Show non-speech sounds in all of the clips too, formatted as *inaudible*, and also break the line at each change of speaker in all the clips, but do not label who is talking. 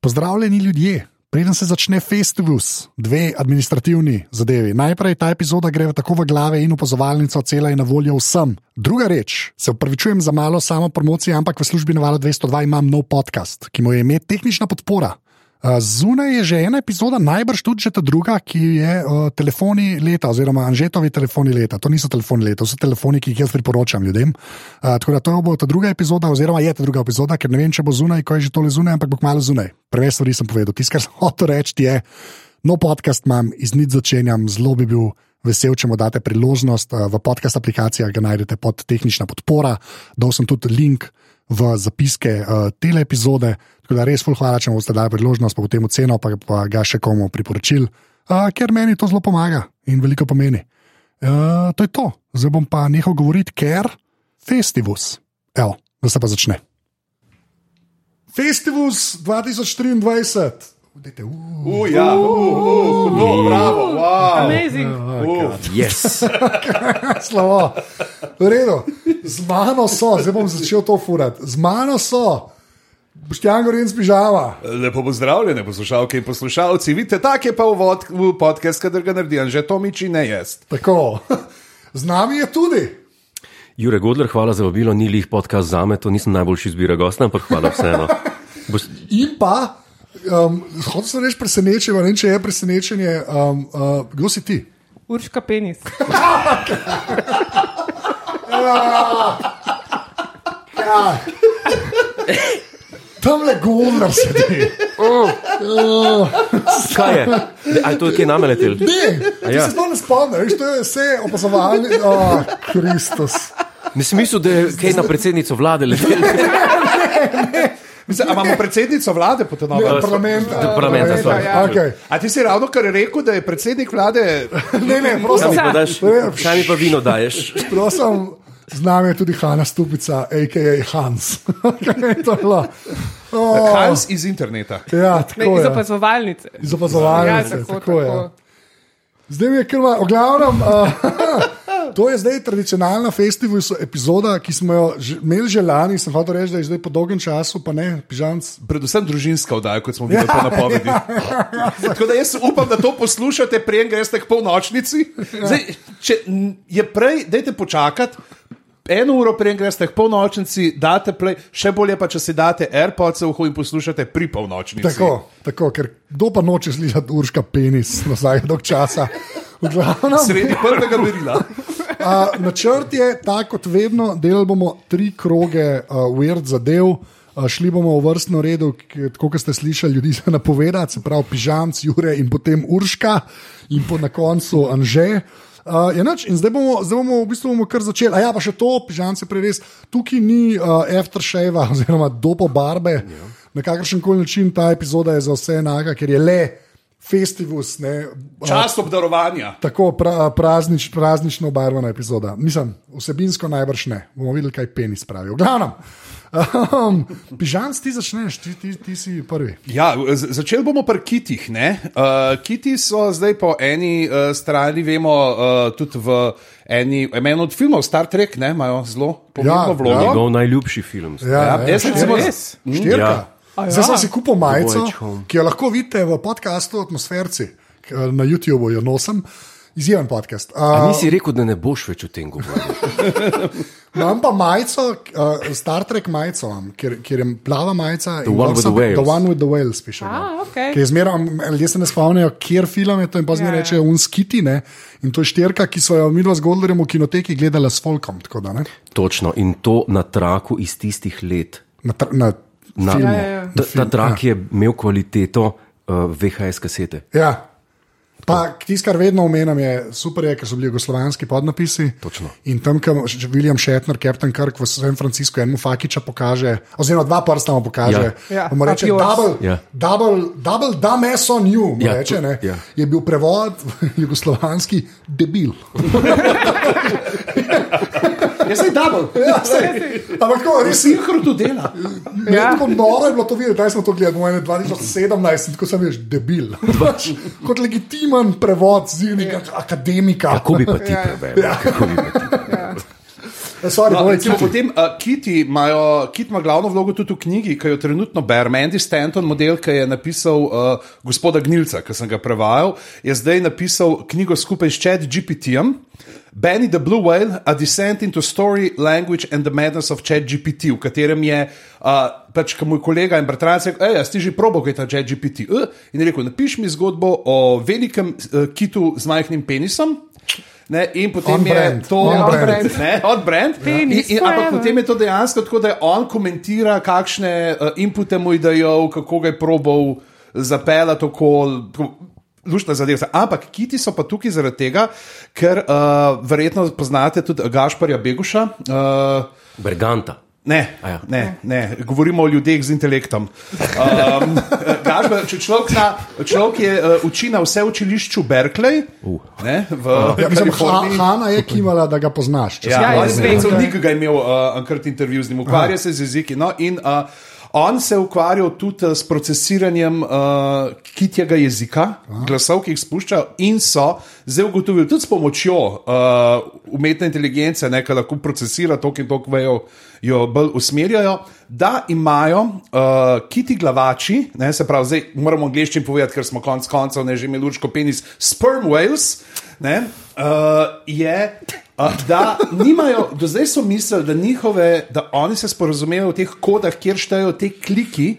Pozdravljeni ljudje. Preden se začne Festivus, dve administrativni zadevi. Najprej ta epizoda gre tako v glave in opazovalnico, cela je na voljo vsem. Druga reč, se upravičujem za malo samo promocije, ampak v službi Navala 202 imam nov podcast, ki mu je ime Tehnična podpora. Eh, Zunaj je že ena epizoda, najbrž tudi že ta druga, ki je eh, telefoni leta, oziroma Anžetovi telefoni leta. To niso telefoni leta, to so telefoni, ki jih jaz priporočam ljudem. Eh, Tako da to bo ta druga epizoda, oziroma je ta druga epizoda, ker ne vem, če bo zunaj, ko je že tole zunaj, ampak bo kmalo zunaj. Preveč stvari sem povedal. Tisto, kar sem hotel reči, je, no, podcast imam, iz nič začenjam, zelo bi bil. Vesel, če mu date priložnost, Eh, v podcast aplikacijah ga najdete pod tehnična podpora, dal sem tudi link v zapiske uh, tele epizode. Tako da res ful hvala, če mu boste dali priložnost, pa potem oceno, pa, pa ga še komu priporočil, uh, ker meni to zelo pomaga in veliko pomeni. Uh, to je to, zdaj bom pa nehal govoriti, ker festivus. Evo, da se pa začne. Festivus 2023. Dajte, uh.
Uja, hudo, bravo, wow.
Ja,
Amazing.
Uf,
Yes.
Slavo. V redu, z mano so, zdaj bom začel to furati. Z mano so, Boštjan Gorenc Pižava.
Lepo pozdravljene, poslušalke in poslušalci. Vidite, tak je pa uvod v podcast, kater ga naredi Anže Tomič in ne jaz.
Tako. Z nami je tudi.
Jure Godler, hvala za vabilo, ni lih podcast za me, to nisem najboljši izbira gosta, ampak hvala vseeno. Boš,
In pa, um, hočeš reči presenečenje, ne vem, če je presenečenje, um, uh, kdo si ti?
Urška penis.
Ja. Tam le govnar sedi.
kaj je? Ne, A je to kje name letel?
Ne, ti
Ja.
se to ne spomniš, to je vse opazovalni. Oh, Kristus.
Ne smisel, da je kaj na predsednico vlade letel.
Mislim, a imamo predsednico vlade po tem novem?
Ne, Parlament.
Da, parlamenta, sorry.
Okay.
A ti si ravno kar rekel, da je predsednik vlade.
Ne, ne, prosim.
Kaj mi pa daš?
Ne,
Kaj mi pa vino daješ?
Prosim, z nami je tudi Hanna Stupica, a.k.a. Hans. *laughs* Kaj je to bilo? O,
Hans iz interneta.
Ja,
Ne,
tako
iz
je.
opazovalnice.
Iz opazovalnice,
Ja, tako,
tako
tako.
je. Zdaj mi je krva, v glavnem. Uh, *laughs* to je zdaj tradicionalna festivalska epizoda, ki smo jo že- imeli že lani. Sem hotel reči, da je zdaj po dolgem času, pa ne, pižamc.
Predvsem družinska oddaja, kot smo videli po napovedi. Tako da jaz upam, da to poslušate, preden greste k polnočnici. Zdaj, če n- je prej, dajte počakati. Eno uro prej greste k polnočnici, date play, še bolje pa, če si date AirPods v uho in poslušate pri polnočnici.
Tako, tako, ker kdo pa noče slišati urška penis, nazaj dolg časa. V glavnem.
Sredi prvega merila.
A, načrt je tak, kot vedno, delali bomo tri kroge uh, weird zadev. Uh, šli bomo v vrstno redo, ki- tako kot ste slišali, ljudi se napovedati, se pravi, pižamc, Jure in potem Urška in po na koncu Anže. Uh, je nač, in zdaj bomo, zdaj bomo v bistvu bomo kar začeli. A ja, pa še to, pižamce prej res, tukaj ni uh, aftershave oziroma dopo barbe. Na kakršen koli način ta epizoda je za vse enaka, ker je le festivus, ne, uh,
Čas obdarovanja.
Tako pra, praznič, praznično obarvana epizoda. Mislim, vsebinsko najbrž ne. Bomo videli, kaj penis pravi. Glavno. *laughs* Um, Pižans, ti začneš, ti, ti, ti si prvi.
Ja, z- začeli bomo pri kitih. ne. Uh, kiti so zdaj po eni uh, strani, vemo, uh, tudi v eni, eni od filmov Star Trek, ne, imajo zelo pomembno
Ja,
vlogo.
Njegov najljubši film.
Ja,
Ja, jaz recimo Mm. res.
štirka.
Ja.
Ja. Zdaj sem si kupil majico,
Voyage home.
ki jo lahko vidite v podkastu Atmosferci, k- na YouTubu jo nosim. Izjemen podcast.
A
Uh,
nisi rekel, da ne boš več o tem govoril?
imam pa majico, uh, Star Trek majico, imam, kjer, kjer je plava majica. The
one with the whales.
The one with the whales piše. ja.
A, okej.
Ki je zmeraj, ljudje se ne spomnijo, kjer film je to, in pa zmeraj
Ja, ja.
rečejo, unskiti. Ne? In to je šterka, ki so jo mi dva z Golderjem v kinoteki gledali s Folkom. tako Da, ne?
Točno, in to na traku iz tistih let.
na, tr- na,
Na,
filmu.
Ja, ja, ja.
ta, ta trak je imel kvaliteto uh, VHS kasete.
Ja. Pa tisto, kar vedno omenjam, je super, je, ker so bili jugoslovanski podnapisi.
Točno.
In tam, kjer William Shatner, Captain Kirk v San Franciscu, enemu fakiča pokaže, oziroma dva prsta mu pokaže,
Ja. Ja,
mu reče:
up yours.
Double,
Ja.
double, double, da mes on you, mu
Ja,
reče,
to-
ne,
ja.
je bil prevod *laughs* jugoslovanski debil.
Jaz sem double.
Ja, sej, ampak tako, res je.
Sinhro to dela.
Ja. Tako noro je bilo to videti, da smo to gledali, moj 2017, in tako sem veš, debil. Pač, kot legitimen
Ja.
prevod zirnega akademika.
Kako bi pa ti prevedel?
Ja.
Kako bi pa ti?
Eh, Sorry,
No,
povej,
recimo,
Kitty.
potem uh, Kitty imajo, Kit ima glavno vlogo tudi v knjigi, ki jo trenutno berem. Andy Stanton, model, ki je napisal uh, gospoda Gnilca, ki sem ga prevajal, je zdaj napisal knjigo skupaj s Chad GPT-jem. Benny the Blue Whale, A Descent into Story, Language and the Madness of Chad GPT, v katerem je uh, pač ko moj kolega in bratranec rekel, hej, si že probo, kaj je ta Chad GPT. Uh, in je rekel, napiš mi zgodbo o velikem uh, kitu z majhnim penisom. Ne, in potem
On
je
brand,
to
on
Ja,
brand.
ne, od brand. In,
Penis
in, ampak
forever.
potem je to dejansko tako, da on komentira, kakšne uh, inpute mu je dajal, kako ga je probal zapeljati okol. Lušna zadeva. Ampak kiti so pa tukaj zaradi tega, ker uh, verjetno poznate tudi Gašparja Beguša. Uh,
Berganta.
Ne,
A ja.
ne, ne, govorimo o ljudeh z intelektom. Um, *laughs* Gažba, če človek, na, človek je uh, uči na vse učilišču Berkeley, uh. ne, v
Ja, mislim, ha,
Kaliforniji.
Hanna je kimala, da ga poznaš. če
Ja,
se-
Ja,
jaz
jaz
vem,
sem
da-
sodnik, ki ga je imel uh, enkrat intervju z njim, ukvarja se z jeziki. No, in, uh, on se je ukvarjal tudi eh, s procesiranjem uh, kitjega jezika, Aha. glasov, ki jih spušča, in so zdaj ugotovili tudi s pomočjo uh, umetne inteligence, ne, ki lahko procesira to, ki to kvejo, jo bolj usmerjajo, da imajo uh, kiti glavači, ne, se pravi, zdaj moramo angliščini povedati, ker smo konec koncev ne že imeli urško penis, sperm whales. Ne, uh, je, uh, da nimajo, do zdaj so mislili, da njihove, da oni se sporozumevajo v teh kodah, kjer štejejo te kliki.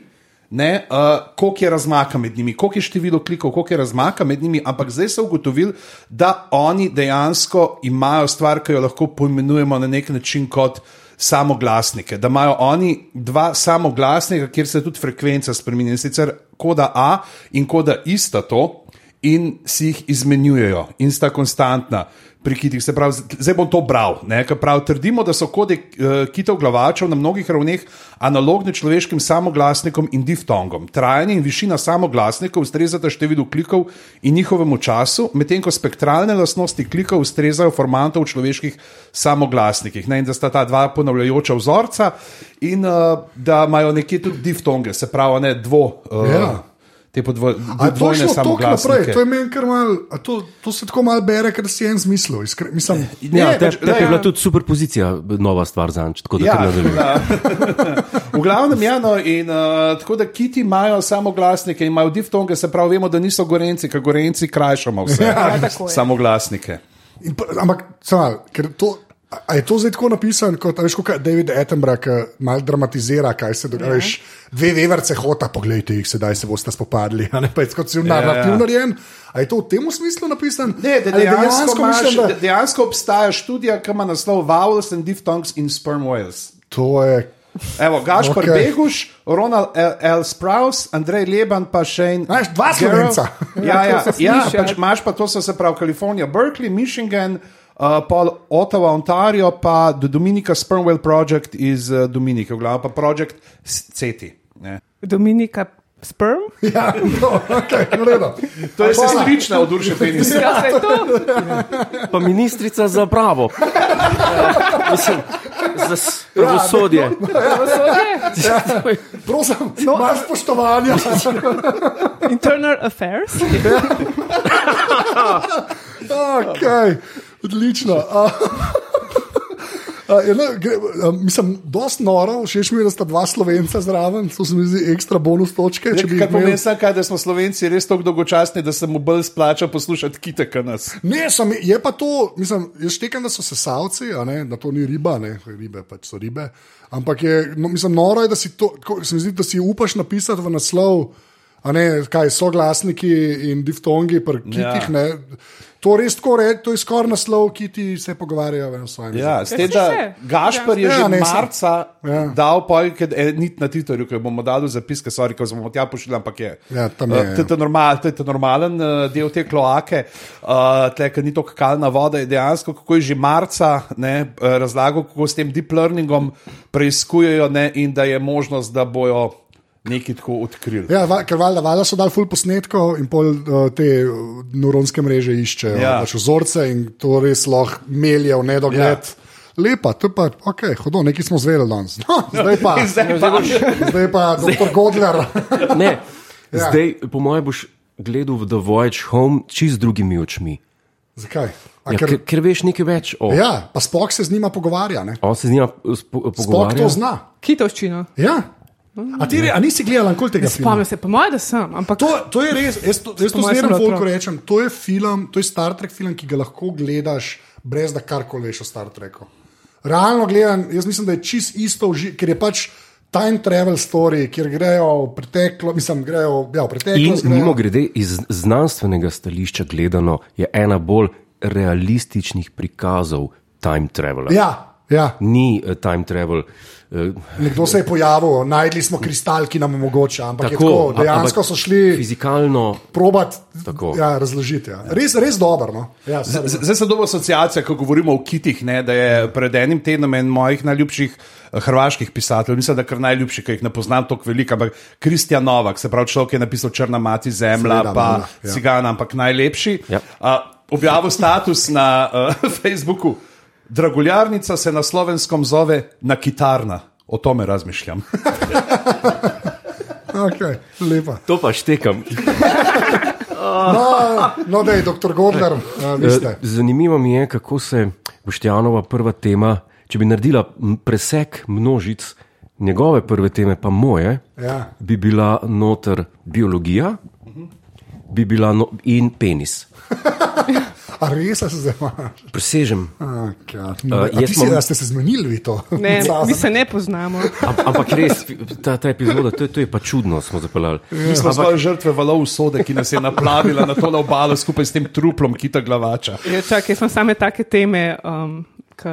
Ne, uh, koliko je razmaka med njimi, koliko je število klikov, koliko je razmaka med njimi, ampak zdaj so ugotovili, da oni dejansko imajo stvar, ki jo lahko poimenujemo na nek način kot samoglasnike. Da imajo oni dva samoglasnika, kjer se tudi frekvenca spremeni, in sicer koda A in koda I sta to, in si jih izmenjujejo, in sta konstantna. Pri kitih se pravi, zdaj bom to bral. Ne, ker prav trdimo, da so kode eh, kitov glavačev na mnogih ravneh analogne človeškim samoglasnikom in diftongom. Trajanje in višina samoglasnikov ustrezata številu klikov in njihovemu času, medtem ko spektralne lastnosti klikov ustrezajo formantov v človeških samoglasnikih. Ne, in da sta ta dva ponavljajoča vzorca in uh, da imajo nekje tudi diftonge, se pravi, ne dvo. Uh,
Ja.
Te podvoj,
A je to
dvojne
šlo tako naprej,
samoglasnike.
to, je meni kar malo- a to, to se tako malo bere, ker si en zmislil. Iskre, mislim,
Ne,
Ja, te,
pač,
te
ne,
je bila
ja.
tudi super pozicija, nova stvar za nič. Tako Ja, da
Ja.
kar nadaljujem.
da. *laughs* v glavnem, ja, no, in uh, tako da kiti imajo samoglasnike, imajo diftonge, se pravi, vemo, da niso gorenci, ker gorenci krajšamo vse
Ja, tako je.
samoglasnike.
in, pa- ampak, cemal, ker to. a- A je to zdaj tako napisano, kot, a veš, kot David Attenborough, ki malo dramatizira, kaj se dogaja?
Ja.
Veš, Dve veverce hota, poglejte jih, sedaj se boste spopadli. a Ne, pa je kot si v
ja.
narrativno narejen. A je to v tem smislu napisano?
Ne, da
Ali
dejansko, imaš,
mislim,
da... dejansko obstaja študija, ki ima naslov Vowels and Diphthongs in Sperm Whales.
To je. *laughs*
Evo, Gašpor
Okej.
okay. Beguš, Ronald L. L. Sprouse, Andrej Leban, pa še en.
Znaš, dva
Gerald.
Slovenca.
Ja,
*laughs*
ja,
to se
ja
sliši,
pač
ja.
imaš pa to, so se pravi Kalifornija, Berkeley, Michigan, uh, pol Ottawa, Ontario, pa The Dominica Spermwell Project iz uh, Dominike, v glavu pa Project CETI. Ne.
Dominika Sperm?
Ja, no, okay, v redu.
To je sestrična od Urša *laughs* Penisa.
Ja, se je to.
Pa ministrica za pravo. Mislim, za s- pravosodje.
Pravosodje?
Prosim, no, malo spoštovanja.
*laughs*
Internal affairs?
okay, odlično. Uh, Uh, eno, gre, uh, mislim, dosti noro, všeč mi je, da sta dva slovenca zraven, to se mi zdi ekstra bonus točke. Če bi jih
Ja, Kaj
imeli.
pomeni, samo kaj, da smo Slovenci res tako dolgočasni, da se mu bolj splača poslušati kitek kot nas.
Ne, sem, je pa to, mislim, jaz tekam, da so sesalci, a ne, da to ni riba, ne, ribe pač so ribe. Ampak je, no, mislim, noro je, da si to, tako se mi zdi, da si upaš napisati v naslov, a ne, kaj so glasniki in diftongi, pri kitih, ja.
Ja.
ne. To res tako reče, to je skoraj naslov, ki ti se pogovarjajo v enem svojem.
Ja, s tem,
saj se.
da Gašpor je
Ja,
ja, že
ne,
ne,
saj.
marca
Ja.
ja. dal pojk, nit na Twitterju, ki bomo dali zapis, ki sorry, ko smo tja pošli, ampak je.
Ja, tam je,
Eh, To je ta normal, to je ta normalen eh, del te kloake, uh, tle, ker ni to kakalna voda, je dejansko, kako je že marca ne, eh, razlagal, kako s tem deep learningom preiskujejo ne, in da je možnost, da bojo nekaj tako odkrili.
Ja, va- ker valjda, valjda so dali full posnetkov in pol uh, te uh, neuronske mreže iščejo ja.
Ja.
pač vzorce in to res lahko melje v nedogled. Ja. Lepa, to je pa, ok, hodo, nekaj smo zvedeli danes. *laughs* No, zdaj pa,
Zdaj pa
zdaj pa, doktor Godler. *laughs*
Ne,
Ja.
zdaj, po mojem, boš gledal v The Voyage Home čist drugimi očmi.
Zakaj? A
Ja,
ker,
ker, ker veš nekaj več o. Ja.
ja, pa spok se z njima pogovarja. Ne?
On se z njima eh, spo,
Spok
pogovarja.
to zna.
Kitovščino.
Ja. A ti re, a nisi gledal nikoli tega filma?
Spomnim se, po mojem, da sem, ampak
ja. To, to je res, jaz to, jaz to
moje sem
zmerno
bila
folku
otrok.
rečem. To je film, to je Star Trek film, ki ga lahko gledaš, brez da karkoli veš o Star Treku. Realno gledam, jaz mislim, da je čist isto, uži- ker je pač time travel story, kjer grejo v preteklo, mislim, grejo ja, v
In
preteklost. grejo-
mimo grede, iz znanstvenega stališča gledano, je ena bolj realističnih prikazov time travela.
Ja, ja.
Ni eh, time travel. eh,
Nekdo se je pojavil, najdli smo kristal, ki nam omogoča, ampak tako,
Tako,
tako,
a-
dejansko
ampak
so šli
Fizikalno
probat
Tako.
ja, razložiti. Ja. Res, res dobro. No? Ja, *laughs*
Z-
sorry.
z- Zdaj sem dobil asociacijo, ko govorimo o kitih, ne, da je pred enim tednom en mojih najljubših eh, hrvaških pisateljev, mislim, da kar najljubši, ki jih ne poznam tako veliko, ampak Kristjan Novak, se pravi človek, ki je napisal Črna mati zemlja,
Seveda,
Seveda, pa
Mama, ja.
ja. Cigana, ampak najlepši.
Ja.
A, objavil status na uh, *laughs* Facebooku. Draguljarnica se na slovenskem zove nakitarna, o tome razmišljam.
Okay, lepa.
To pa
*laughs*
štekam.
No, no da je doktor Godler, a, vi
Eh,
ste.
Zanimivo mi je, kako se Boštjanova prva tema, če bi naredila m, presek množic njegove prve teme, pa moje,
Ja.
bi bila noter biologija bi bila no in penis.
A res se zdaj imaš? *laughs*
Presežem.
Okay.
Eh, jaz
Uh,
imam-
imam... Ste se zmenili vi to?
ne,
Zase.
mi se ne poznamo.
Am- Ampak res, ta, ta epizoda, to, je- to je pa čudno, smo zapeljali.
*laughs* Mi smo svoje žrtve valov usode, ki nas je naplavila na to na obalo skupaj s tem truplom kita glavača.
Ja, čak, jaz imam same take teme, um, k,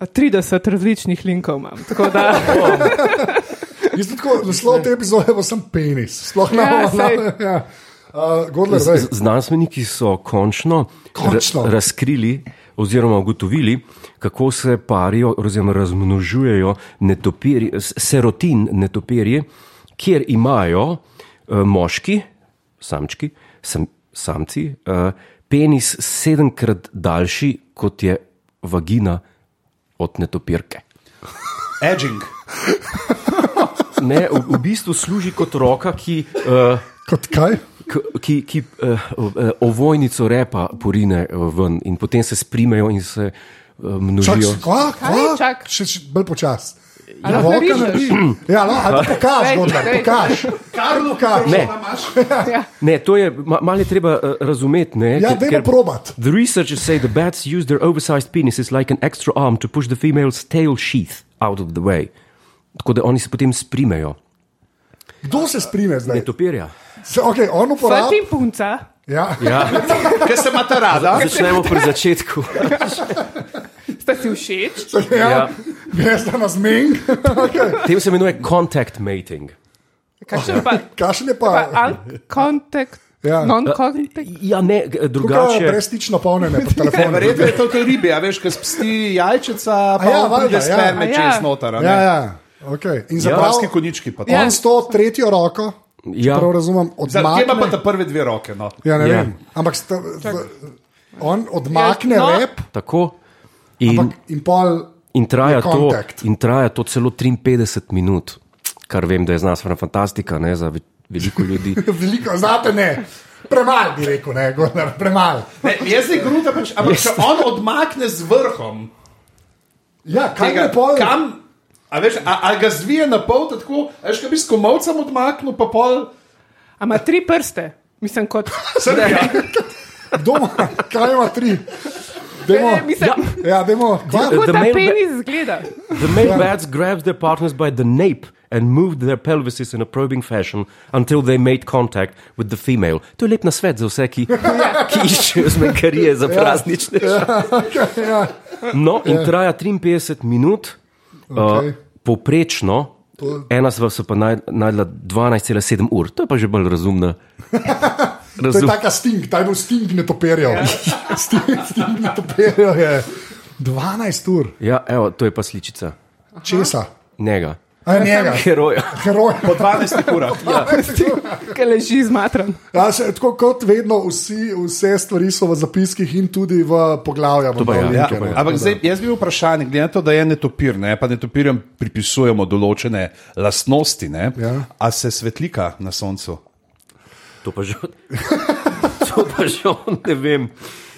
30 različnih linkov imam. Tako da,
Jaz sem tako, naslov te epizode bo sem penis. Sploh ne
Ja,
bom
sej.
znal. Ja. Uh, Godler,
Z-
zdaj.
z- Znanstveniki so končno,
Končno.
Ra razkrili oziroma ugotovili, kako se parijo oziroma razmnožujejo netopirji, s- serotin netopirji, kjer imajo uh, moški, samčki, sam, samci, uh, penis sedemkrat daljši, kot je vagina od netopirke.
Edging.
Ne, v, v bistvu služi kot roka, ki. Uh,
Kot kaj?
K- ki, ki eh, eh, ovojnico repa porine eh, ven in potem se sprimejo in se eh,
Čak,
množijo.
kva,
Kaj,
kva?
čak?
Še, še bolj počas.
A lahko
Roka
rišeš?
naredi. Ja, no, ali pa pokaž,
Daj,
Godler,
daj.
pokaž. Kar pokaž.
Ne.
*laughs*
Ne, to je ma- malo je treba eh, razumeti. Ne,
Ja, dajmo probat.
The researchers say the bats use their oversized penises like an extra arm to push the female's tail sheath out of the way. Tako da oni se potem sprimejo.
Kdo se sprime zdaj?
Netopirja.
Se, okay,
fant
on
in
uporablja.
punca.
Ja.
Ja,
Kaj se imate rada?
začnemo pri začetku.
Ste si všeč?
*laughs* Ja. Ja.
Ja.
Greš na zmen. okay.
Tem se imenuje contact mating.
Kakšen pa?
Kašen je
pa
pa.
Al-contact,
Ja.
ja. non-contact.
Ja, ne, g-
Drugače.
drugače.
Brestično polnjenje po
Ne,
*laughs* Ja,
telefonu.
Verjetno je to te ribe, a veš, ki spsti jajčica,
A
pa
ja,
ja,
valjda,
pride
ja.
sperme
A ja.
ja. čez noter.
Ja,
Ja,
ja. Okay. In
ja. Pravski
zapravski konj.
konički pa to.
On s to tretjo roko, ja.
Ja.
prav razumem,
Zdaj ima pa
odmakne.
te prve dve roke. No.
Ja, ne
Ja.
vem. Ampak sta, v, on odmakne
Ja,
no.
no.
rep
Tako. In,
in pol.
In traja,
Je
to,
kontakt.
in traja to celo 53 minut, kar vem, da je znanstvena fantastika ne, za ve- veliko ljudi.
Veliko, znate ne. Premalo bi rekel, ne, Gunnar, premalo.
Ne, jaz ne gruta, pač, ampak če on odmakne z vrhom,
Ja, kaj
tega,
je pol?
kam, a veš, a, a ga zvije na pol, da tako, a veš, kaj bi s komovcem odmaknil, pa pol.
A ima tri prste, mislim
*laughs*
kot.
Srbija.
Kdo ima, kaj ima tri?
Ne,
Demo,
ne, mislim,
ja, demo, kva?
Ja,
Kako
the
ta
male
penis izgleda? *laughs*
The male bats grabbed their partners by the nape and moved their pelvises in a probing fashion until they made contact with the female. To je lep nasvet za vse,
*laughs*
ki, ki iščejo zmenkarije za praznične.
*laughs* ja.
No, in traja 53 minut,
Okej.
okay. uh, poprečno. Ena sva se pa naj- najdla 12,7 ur, to je pa že bolj
*laughs*
razumna.
To je
Razum,
taka sting, ta je bil sting netopirjev.
Ja.
*laughs* sting, sting netopirjev je 12 ur,
ja, evo, to je pa sličica.
česa,
Njega.
a
Ja,
njega,
Heroja.
heroja.
Po 12 urah. *laughs* Ja.
Kaj leži zmatran.
Ja, se, tako kot vedno, vsi, vse stvari so v zapiskih in tudi v poglavju.
To pa ja,
Ja,
to pa ja.
ampak zdaj, jaz bi bil vprašan, glede na to, da je netopir, ne, pa netopirjem pripisujemo določene lastnosti. Ne,
Ja.
A se svetlika na soncu?
*laughs* To pa že, to pa že ne vem.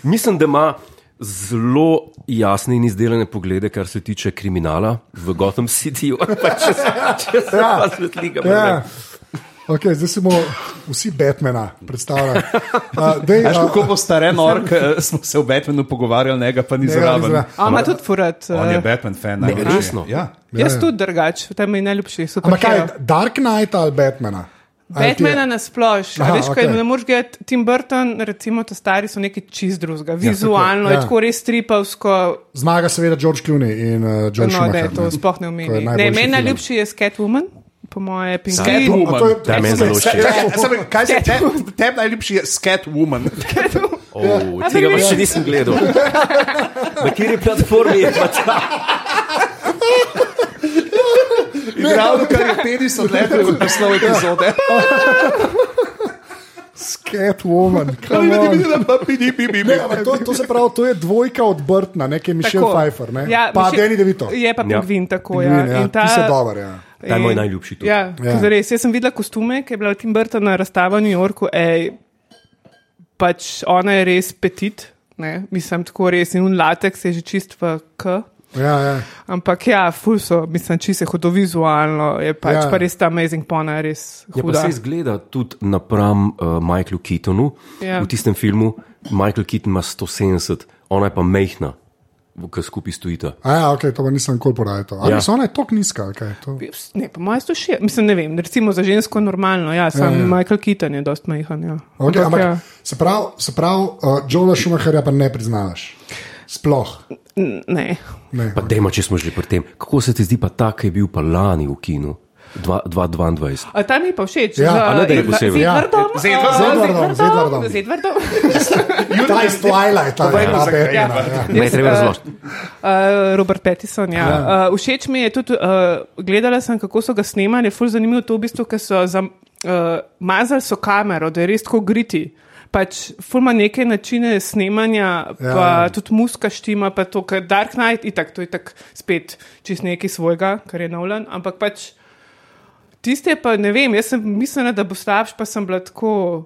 Mislim, da ima zelo jasne in izdelane poglede, kar se tiče kriminala v Gotham Cityju. *laughs* Pa če se, če se
Ja.
pa svetliga,
Ja.
ja.
Okay, zdaj si bomo vsi Batmana predstavljali. Uh, dej,
Veš,
a-
kako bo stare nork, eh, smo se v Batmanu pogovarjali, njega pa ni
Njega ni
zraven.
zraven.
A ima tudi furat.
On je
eh,
Batman fan,
Ne,
največji.
resno?
Ja.
Ja, ja.
Jaz tudi drugače, tam je najljubši.
Ampak kaj,
superhero.
Dark Knight ali Batmana? Ali ti je-
Batmana nasplošno,
Aha,
veš, kaj
okej.
ne moreš gledati. Tim Burton, recimo, to stari so nekaj čist drugega. Vizualno
ja.
je tako res tripavsko,
Zmaga seveda George Clooney in uh, John
no, da
Schumacher.
je to sploh ne
To je
omeni.
najboljši
Ne, meni
film.
najljubši je Scatwoman, po moje Pink
Scatwoman.
A to je-
Da,
to je-
meni je zelo
to je-
všeč.
to je-
Sam, kaj se tebi teb najljubši je Scatwoman?
Oh, tega pa še nisem gledal. Na kateri platformi je pač- pa ta?
In ravno kar je penis *laughs* odletel kot naslov epizode.
Catwoman.
Ali
come
ne bi *laughs*
on.
videla, da bi bi bi bi
Ne,
bi.
ampak to, to se pravi, to je dvojka od Brtna, nekaj je Michelle
Tako. Ja,
Pfeiffer, ne? pa
Michelle-
Danny DeVito.
Je pa
Ja.
pingvin, tako je.
Pingvin, ja.
Ja.
Ti se dober, ja.
Ta je moj najljubši tudi.
Ja,
Ja.
ja. Zares, jaz sem videla kostume, ki je bila v Tim Burtonu na razstava v New Yorku. Ej, pač ona je res petit, ne? mislim tako res in un lateks je že čist v K.
Ja, ja.
Ampak ja, ful so, mislim, če se hodo vizualno, je pač
Ja.
ja. pa res ta amazing pona, je res
Ja, pa
huda.
se zgleda tudi napram uh, Michaelu Keatonu.
Ja.
V tistem filmu Michael Keaton ima 170, ona je pa mehna, ki skupaj stojita.
A ja, ok, to pa nisem nikoli porajal.
Ja.
Ampak so ona je tako nizka, ali kaj je to.
Ne, pa moja sto še, mislim, ne vem, recimo za žensko normalno, ja, sam ja, ja.
ja.
Michael Keaton je dost majhen, ja.
Okay, ampak,
ja.
Se pravi, se pravi uh, Joela Schumacherja pa ne priznavaš. Sploh.
N- Ne.
Ne.
Pa dejmo, če smo že pri tem. Kako se ti zdi pa ta, ki je bil pa lani v kinu? Dva- 2022.
A ta mi pa všeč.
Ja,
Z-
a
ne, da je posebej.
Z Edwardom.
Z Edwardom.
a,
Z Edwardom, z Edwardom.
Z Edwardom. *laughs*
Ta iz Twilight, ta je
Povejmo,
ta
zakaj je
Batmana.
Edward.
Ja.
Ne, treba
eh,
razložiti.
Uh, Robert Pattison, ja. Uh, všeč mi je tudi, uh, gledala sem, kako so ga snemali, je ful zanimivo to v bistvu, ker so zam, uh, mazali so kamero, da je res tako griti. Pač fulma neke načine snemanja,
Ja,
ja, pa
ja.
ja. tudi muska štima, pa to, kar Dark Knight, itak, to je tako spet čist nekaj svojega, kar je Nolan, ampak pač tiste pa ne vem, jaz sem mislila, da bo slabš, pa sem bila tako.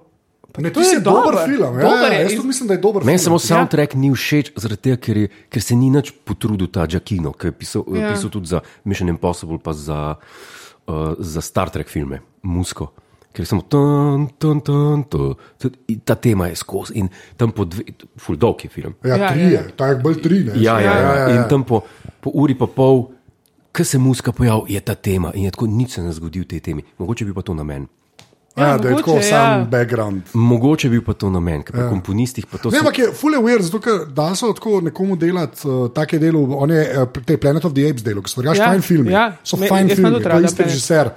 Pa
Ne, to je dober film. Ja,
Dober
ja,
je.
jaz tudi mislim, da je dober
Meni
film.
Ja.
samo soundtrack ni všeč, zaradi tega, ker, je, ker se ni nič potrudil ta Giacchino, ki je pisal, ja.
Ja.
pisal tudi za Mission Impossible, pa za, uh, za Star Trek filme, Musko. Ker je samo tam, tam, tam, tam, ta tema je skozi in tam po dve, full dog je film.
Ja,
Ja,
tri
ja, ja.
je, ta je bolj tri. Ne,
Ja, ja, ja,
ja,
in tam po, po uri pa pol, ki se muska pojav, je ta tema in je tako nič se ne zgodi v tej temi. Mogoče bi pa to namen.
ja, da je
mogoče,
tako
ja.
sam background.
Mogoče bi pa to namen, ker pri ja. komponistih pa to
Ne,
se-
ampak je fully weird, zato ker danes so tako nekomu delati uh, take delo, on je uh, te Planet of the Apes delo, ki so drugačni
Ja,
fajn filmi.
ja.
so
Me-
fajn
jaz sem
filmi,
tudi
to je
rada
isti
Planet.
režiser.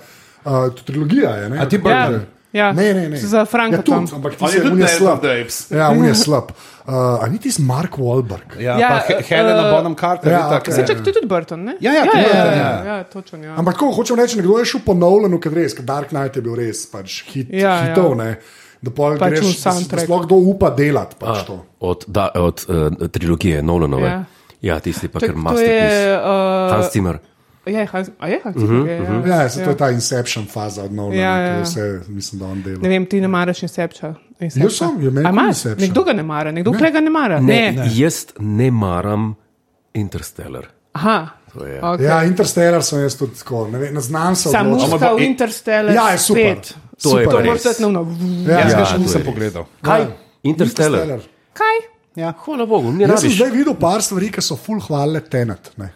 Uh, Trilogija je. Ne? A
ti
Ja,
Burton?
ja.
Ne, ne, ne.
Za Franka
Ja, tudi,
tam.
ampak ti
On
si
je tudi
on je
Planet
slab.
of the Apes.
Ja, on je slab. Uh, a niti z Mark Wahlberg.
Ja,
Ja,
pa He-
eh,
Helena
eh,
Bonham Carter
ja,
je tak.
ok.
ne.
Čak, to je tudi Burton, ne?
Ja, ja, to
ja,
je
ja,
Burton,
ja,
ja.
ja, točno, ja.
Ampak tako hočem reči, nekdo je šel po Nolanu, ker res, ker Dark Knight je bil res pač hit, ja,
Ja, ja.
hitov. Ja. Da pa
Pač v
greš, da, si- da
soundtrack.
sploh kdo upa delati pač to.
Od, da, od uh, trilogije Nolanove. Ja.
Ja.
ja, tisti pa
Čak, to
kar
je,
masterpiece.
uh,
Hans Zimmer.
Je, Hans, a je Hans Zimmer, je, ja.
Ja, se, to je ta Inception faza od Nolana,
Ja,
ja,
ja.
ja. vse mislim, da on dela.
Ne vem, ti ne maraš Incepča.
Jaz sem, je meni
A
kul
imaš?
Inception.
Nekdo ga ne mara, nekdo ne. ga ne mara.
Ne,
Ne.
ne. Jaz ne maram Interstellar.
Aha.
je.
Okay.
Ja, Interstellar sem jaz tudi tako, ne, vem, ne znam se
Samo
odločiti.
muska
bo-
v Interstellar.
Ja, je super.
Spet.
To
Super.
je pa
To
res.
moraš dati novno.
Ja,
Jaz ga
to
še
je
nisem
res.
pogledal.
Kaj?
Ja.
Interstellar.
Kaj?
Ja. Hvala Bogu, ne
Jaz sem
rabiš.
zdaj videl par stvari, ki so full hvalile tenet. Ne.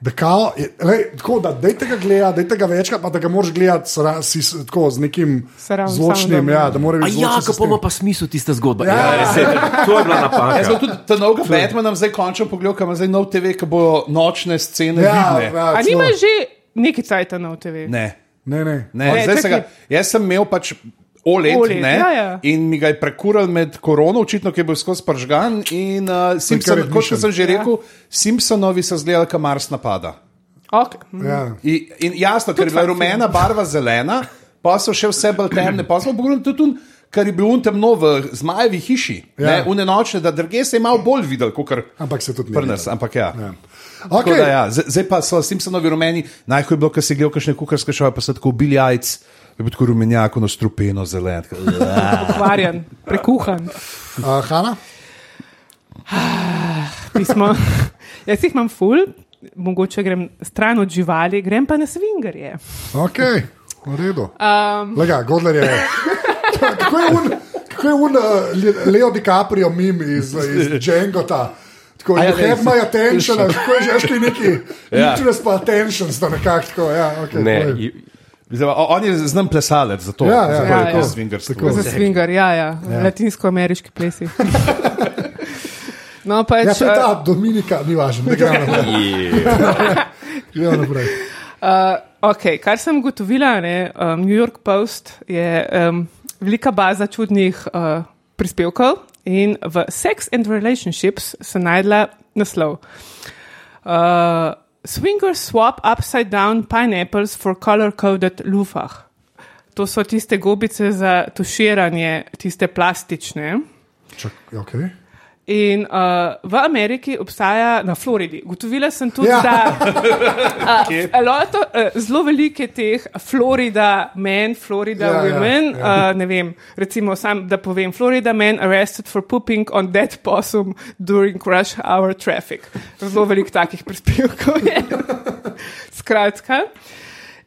Da kao, je, lej, tako da, dajte ga gledati, dajte ga večkrat, pa da ga moraš gledati s ra- si, s- tako, z nekim
Surround
zvočnim,
soundom,
ja,
ja.
da mora
A
biti
ja,
zvočen
kako
sistem.
ima pa smisel tista zgodba?
Ja.
Ja, ja, ja, ja. To je bila
Jaz sem
napaka.
tudi ta novega Batmana zdaj končno pogledal, ker ima zdaj nov TV, ki bo nočne scene
Ja,
vidne.
ja,
A
celo.
nima že nekaj cajta na TV?
Ne.
Ne, ne.
Ne,
Ne,
zdaj se ga,
čakaj.
jaz sem imel pač OLED, OLED
OLED,
ne,
ja, ja.
in mi ga je prekural med korono, očitno ki je bil skozi pržgan. In uh, Simpson,
current
kot še
mission.
sem že rekel, Simpsonovi so zgledali, kam Mars napada.
Okay.
Ja.
In, in jasno, ker je bila rumena barva zelena, pa so še vse bolj temne, pa smo pogledali tudi un, kar je bil un temno v zmajevi hiši,
Ja.
ja. unenočne, da drge se je malo bolj videl, kot kar
Ampak se tudi ni
prnes,
videlo.
ampak ja.
Ja.
ja. Tako da
Okay.
Ja, z- zdaj pa so Simpsonovi rumeni, najhuje je bilo, ko si gledal kakšne kukarske šove, pa so tako ubili jajc, je bil tako rumenjak, ono strupeno zelen. tako, "Ua."
Pokvarjen, prekuhan.
Uh, Hanna,
Pismo. *laughs* Jaz jih imam ful, mogoče grem stran od živali, grem pa na svingerje.
Ok, v redu.
Um,
Lega, Godler je.
*laughs*
Kako je un, kako je un uh, Leo DiCaprio mim iz, iz Džengota? Tako
A ja,
je, you have
res.
my attention, ali tako je že šli neki,
Ja.
interest pa attention, sta nekako tako, ja, ok.
Ne,
to je.
ju-
Zdaj, o- on je znam plesalec, zato,
Ja, ja,
zato
ja,
je to
ja.
svingerstvo.
Tako.
za svinger, ja, ja, ja. latinsko-ameriški plesi. *laughs* No, pač,
Ja, to je ta Dominika, ni važno, ne gremo naprej.
*laughs*
Gremo naprej.
Uh, okay, kar sem ugotovila, ne, um, New York Post je um, velika baza čudnih uh, prispevkov in v Sex and Relationships sem najdla naslov. Uh, Swingers swap upside down pineapples for color-coded lufah. To so tiste gobice za tuširanje, tiste plastične.
Čak, okay.
In uh, v Ameriki obstaja na Floridi. Gotovila sem tudi,
Ja.
ja.
*laughs*
da uh, loto, uh, zelo velike teh Florida men, Florida
Ja, ja,
ja, women, ja,
ja.
ja. Uh, ne vem, recimo sam, da povem, Florida men arrested for pooping on dead possum during rush hour traffic. Zelo veliko takih prispevkov je. Skratka.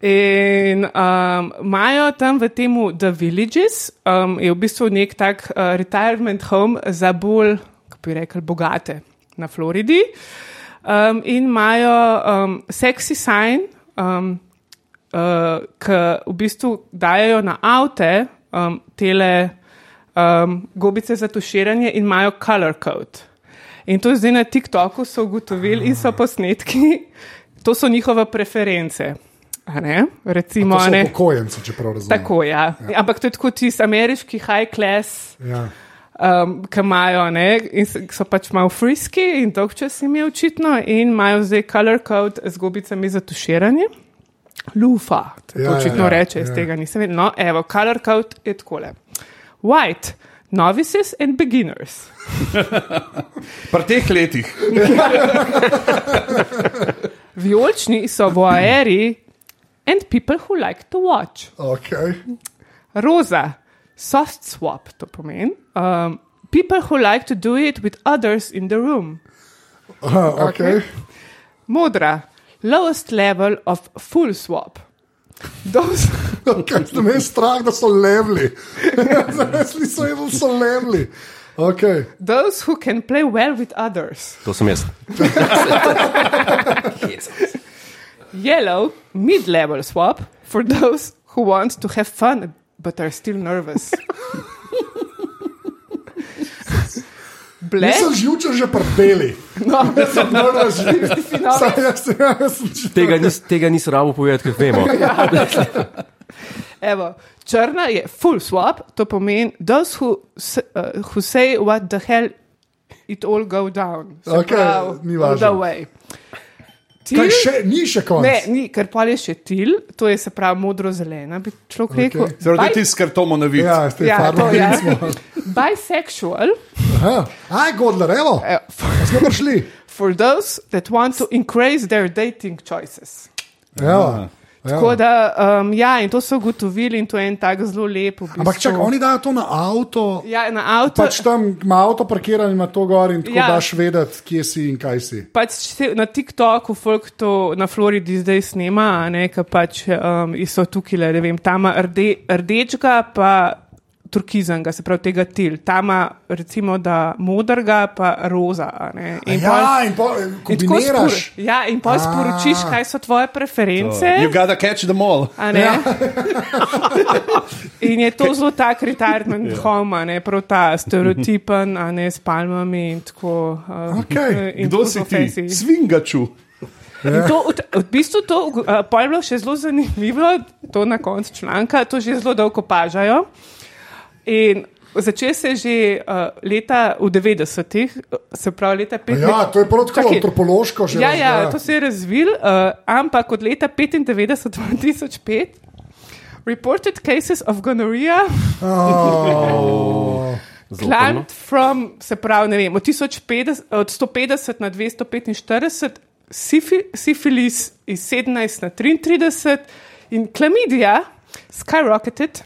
In um, imajo tam v tem The Villages, um, je v bistvu nek tak uh, retirement home za bolj, kako bi rekel, bogate na Floridi. Um, in imajo um, seksi sign, um, uh, ki v bistvu dajo na avte um, tele um, gobice za tuširanje in imajo color code. In to zdaj na TikToku so ugotovili in so posnetki, *laughs* to so njihove preference. a ne? Recimo,
To
a
so
ne?
upokojenci, če prav razumem.
Tako, ja. ja. Ampak to je tako tisti ameriški high class,
Ja.
um, ki imajo, ne, in s- so pač malo friski in dolgčas jim je očitno, in imajo zdaj color code z gobicami za tuširanje. Lufa, to ja,
Ja, ja,
očitno ja,
ja,
reče, iz
ja.
ja. tega nisem vedel. No, evo, color code je takole. White, novices and beginners.
Pri teh letih.
Vijolični so voajeri and people who like to watch.
Okay.
Rosa, soft swap, to pomeni. Um, people who like to do it with others in the room.
Aha, okay. *laughs*
Modra, lowest level of full swap. Those, *laughs*
Okay. Okay. Me je strah, da so *laughs* levli. Zdaj niso evil, so levli. Okay.
those who can play well with others.
to sem jaz.
Yellow, mid level swap for those who want to have fun but are still
*laughs*
nervous. Black, *laughs*
Nisem živčen že prbeli.
no, *laughs*
Sem moral živeti.
tisti novi
Saj jaz- jaz sem čisto-
Tega, nis, tega nisi rabo povedati, ker vemo.
Evo, črna je full swap, to pomeni those who, s- uh, who say what the hell it all go down. Se
Okej,
pravi,
ni
all
važno.
the way.
Kaj
Til,
še, ni še konc.
ne, ni, ker pol je še til, to je se pravi modro-zelena, bi človek okay. rekel.
Zelo da
Bi-
ti skrtomo na vid.
Ja, ste
Ja, to
farno.
je. *laughs* Bisexual,
Aha. Aj, Godler, evo,
eh, for,
smo prišli.
for those that want to increase their dating choices.
Evo.
Tako
Evo.
da, um, ja, in to so ugotovili, in to je en tak zelo lep. v
Ampak
bistvu-
čak, oni dajo to na avto.
Ja, na avto.
Pač tam ima avto parkiran, ima to gor in tako ja.
Ja.
daš vedeti, kje si in kaj si.
pač se- na TikToku folk to na Floridi zdaj snema, a ne, ker pač um, so tukaj, le, ne vem, tam rde, rdečega, pa turkizanga, se pravi tega til, tam recimo da modrega, pa roza. a Ne,
In
pol-
ja, in pol,
in tako
kombiniraš.
spor- Ja, in pa sporočiš, kaj so tvoje preference.
You gotta catch them all.
a ne. in je to zelo tak retirement yeah. home, a ne prav ta stereotipen, a ne s palmami in tako. Uh,
Okej,
in
Kdo
tako
si
z
ti?
ofensi.
Svingaču.
In
Ja.
To, v, v bistvu to uh, je bilo še zelo zanimivo, to na koncu članka, to že zelo dolgo pažajo. In začel se je že uh, leta v 90-ih, se pravi leta 95.
Ja, to je prav tako
Čakaj.
antropološko že.
Ja,
razdaja.
ja, to se je razvil, uh, ampak od leta 95-2005 reported cases of gonorrhea
Oh.
climbed from, se pravi, ne vem, od, 1050, od 150 na 245, sifi, sifilis iz 17 na 33 in klamidija
*laughs*
skyrocketed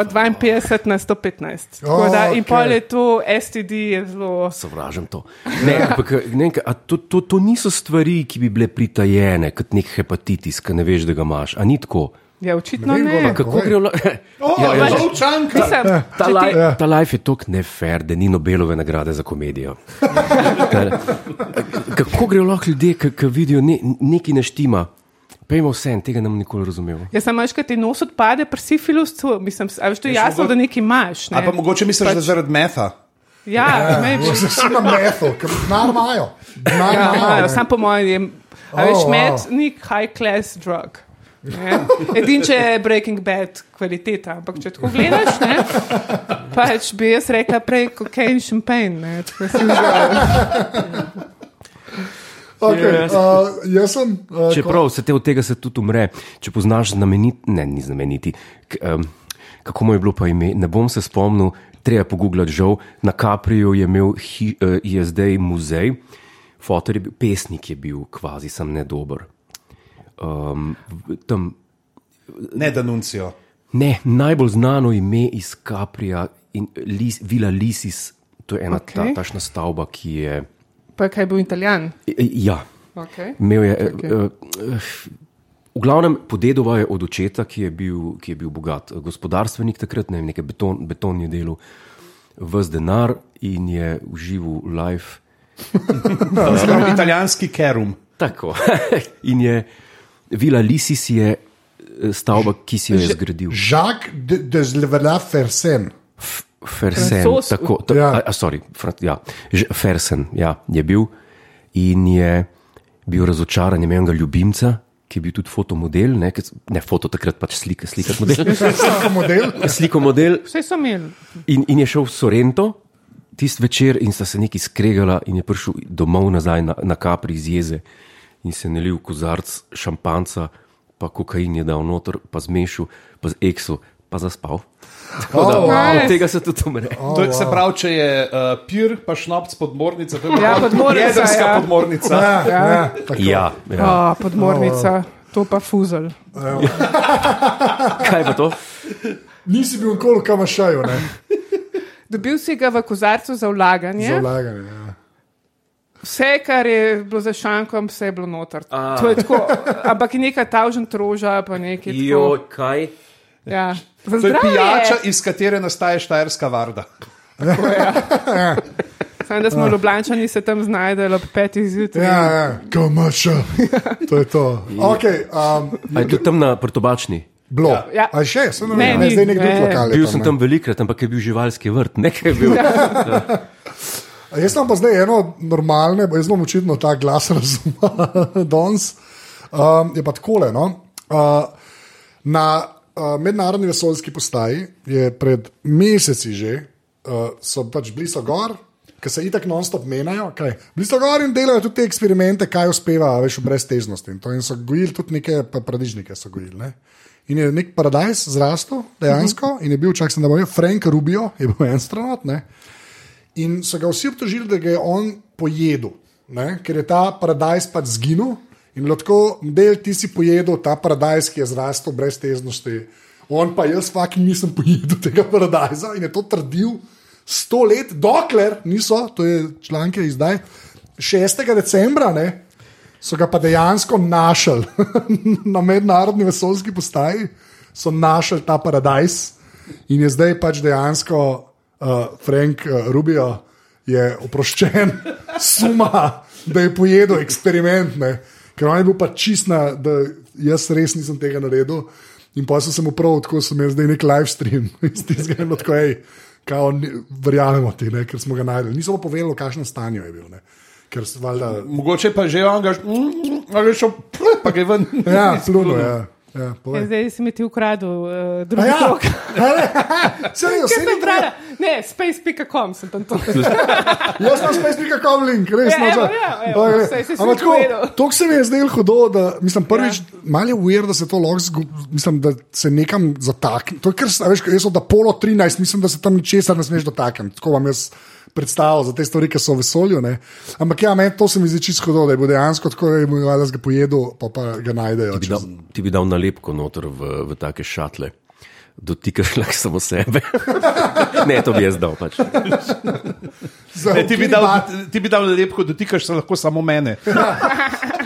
od 52 na 115. Tako da, in
Okej.
pol je to STD je zelo.
Sovražim to. Ne, ampak, ne, vem, a to, to, to niso stvari, ki bi bile pritajene, kot nek hepatitis, ki ne veš, da ga imaš. A ni tako.
Ja, očitno
Ne vem, Eh,
ne.
Goran,
Kako
Povej.
gre? *laughs* Lo...
Oh,
Ja, ja.
Lovčanka!
Mislim,
Ta,
če
li,
ti-
ta life je tako nefer, da ni Nobelove nagrade za komedijo. Ta- Kako gre lahko ljudje, ki ki vidijo ne, nekaj neštima? Pejmo vse, en, tega nam nikoli razumel.
Ja, samo veš, kaj ti nos odpade, pri sifilusu, mislim, a veš, to je jasno,
mogo-
da nekaj imaš. Ne?
Ali pa mogoče misliš, da
Pač-
zaradi meha.
Ja, imaš.
Vse si na metu, ker denar imajo. Denar
Ja,
imajo,
imajo,
ne.
sam po mojem, je, a
Oh,
veš,
wow.
med ni high class drug. Ne? Edin, če je Breaking Bad kvaliteta, ampak če tako gledaš, ne, pač bi jaz rekla prej kokain, šampanj. ne, tako da si uživala. Ja.
Okay,
Yes.
uh, jaz sem. Uh,
Čeprav se te od tega se tudi umre, če poznaš znameniti, ne, ni znameniti. K, um, kako mu je bilo pa ime, ne bom se spomnil, treba je pogooglati žal. Na Kapriju je imel, hi, uh, je zdaj muzej, fotor je bil, pesnik je bil, kvazi sem nedober. Um, v- tam,
Ne, da nuncijo.
ne, najbolj znano ime iz Kaprija in Lis, Vila Lisis, to je ena okay. ta,
Okej.
tašna stavba, ki je.
Pa kaj je bil italijan?
Ja,
Okay.
Imel je. Okay. Uh, v glavnem podedoval je od očeta, ki je bil, ki je bil bogat eh, gospodarstvenik takrat, ne vem, nekaj beton, beton je delal, vse denar in je užival life.
Skratka, italijanski kerum.
Tako. *laughs* in je Vila Lisis je eh, stavba, ki si jo je zgradil.
Žak de Zlevela Fersen.
Fersen,
Francoz-
tako, ta,
Ja.
ja. a, a, sorry, fra, ja. Ž- Fersen ja, je bil in je bil razočaran, je imel enega ljubimca, ki je bil tudi fotomodel, ne, ker s- ne foto takrat pač slika, slika model. *laughs*
Vsak model.
Sliko model
Vse so imeli.
in, in je šel v Sorento. Tisti večer in sta se neki skregala, in je prišel domov nazaj na, na kapri iz jeze in se nalil kozarc šampanca, pa kokain je dal noter, pa zmešal, pa z eksu, pa zaspal. Tako da
Oh,
wow.
od tega se tudi umre.
To je, se pravi, če je uh, pir, pa šnopc podmornica, to je
Ja, podmornica,
jedrska
ja.
podmornica.
Ja, ja, tako.
Ja, ja.
Ja.
Oh.
Podmornica, to pa fuzel.
Kaj pa to?
Nisi bil nikoli v kamašaju, ne?
Dobil si ga v kozarcu za vlaganje.
Za vlaganje. Ja.
Vse, kar je bilo za šankom, vse je bilo noter. A. To je tako. Ampak je neka tavžen troža, pa nekaj. tako.
kaj?
Ja. Za
To je
zdravje.
pijača, iz katere nastaja štajerska varda.
Samo da smo ljubljančani se tam znajdeli ob petih zjutraj.
Ah. Ja, ja. Kamaša. To je to. Okay, um,
A je tudi tam na Prtobačni.
bilo.
Ja.
A še, sem
Ne,
ne, ne,
ni.
zdaj nek drug
Ne.
lokal. je
Bil sem
ne.
tam velikrat, ampak je bil živalski vrt, nekaj je bil.
Ja. A Jaz imam pa zdaj eno normalno, jaz bom očitno ta glas *laughs* razumel danes. Um, je pa takole. No? Uh, na uh, mednarodni vesoljski postaji je pred meseci že, uh, so pač blizu gor. Ki se itak non-stop menjajo, kaj. Bili so gor in delajo tudi te eksperimente, kaj uspeva, a veš, brez težnosti. In, to, in so gojili tudi neke pa- paradižnike, so gojili. Ne? In je nek paradajz zrastel, dejansko, in je bil, čak sem da bojo, Frank Rubio, je bil en stranot, ne. In so ga vsi obtožili, da ga je on pojedel, ne? ker je ta paradajz pač zginil. In lahko del ti si pojedel ta paradajz, ki je zrastel brez težnosti. On pa jaz fucking nisem pojedel tega paradajza in je to trdil sto let, dokler niso, to je članke izdaj, 6. decembra. Ne? So ga pa dejansko našli *laughs* na mednarodni vesoljski postaji, so našli ta paradajz in je zdaj pač dejansko uh, Frank uh, Rubio je oproščen *laughs* suma, da je pojedel eksperiment, ne? ker on je bil pa čistna, da jaz res nisem tega naredil. In pa sem se mu prav, tako sem jaz zdaj nek live stream, *laughs* stisnjen tako, hej, kao, ni- verjamemo ti, ne, ker smo ga najdeli. Nismo pa povedali, v kakšnem stanju je bil. Ne. Ker so valjda
Mogoče pa že on ga, ali šel, pa ga je ven.
*laughs*
Ja, pluno, ja. ja
Ja,
povej.
Zdaj si mi ti ukradel uh, drugi
A
ja.
ja,
krok.
a ne, *laughs* Saj,
Kaj *laughs*
vse
sem
je
brala?
treba.
Ne, Ne, space.com sem tam to. *laughs*
Jaz sem spet nekaj komlink, res
Ja,
no, ne
evo,
znam.
ja, evo, saj si si povedal.
To se mi je zdelo hudo, da mislim, prvič, ja. malo je ujer, da se to lahko zgodi, mislim, da se nekam zatakne. To je kar, a veš, jaz od Apollo 13 mislim, da se tam ničesar ne smeš dotakniti. Tako vam jaz predstavljam za te stvari, ki so v vesolju. Ne? Ampak ja, meni to se mi zdi čisto hudo, da je bo dejansko tako, da je bo jaz ga pojedel, pa, pa ga najdejo.
Ti bi
čez-
dal, ti bi dal nalepko noter v, v take šatle. Dotikaš *laughs* lahko samo sebe. ne, to bi jaz dal. Pač.
Za
Ne, ti, bi
ukini
dal,
bat-
ti bi dal lepko, dotikaš se lahko samo mene.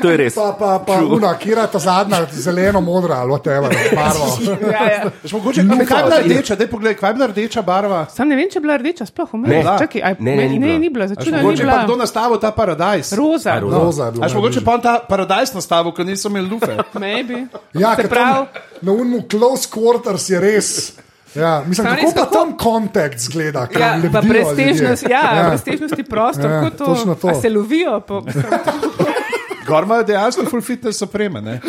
To je res.
Pa, pa, pa,
True.
una, kira ta zadnja, zeleno, modra, ali whatever, barvo.
Ja, ja.
Še mogoče, kaj kaj je bila rdeča, daj pogled, kaj je bila rdeča barva.
Sam ne vem, če je bila rdeča, sploh
Ne.
umem. Čakaj, aj-
Ne, ne, ni bila.
ne, ni bila,
A še
začela ni
Mogoče pa
bila.
kdo nastavil ta paradajz.
Roza.
A, roza.
Roza je bila
A še mogoče
najbližje.
pa on ta paradajz nastavil, ker niso imeli lufe.
Maybe.
Ja,
Se
ker
pravi,
tam Na unmu close quarters je res. Ja, mislim,
Samo
kako
res
pa
kako-
tam kontakt zgleda? kaj
ja, pa
lebdijo
prestižnost,
ljudje.
ja, prestižnosti prostor,
Ja,
kot
točno
to,
to.
A se lovijo. Po,
*laughs* Gor imajo dejansko full fitness opreme. Ne?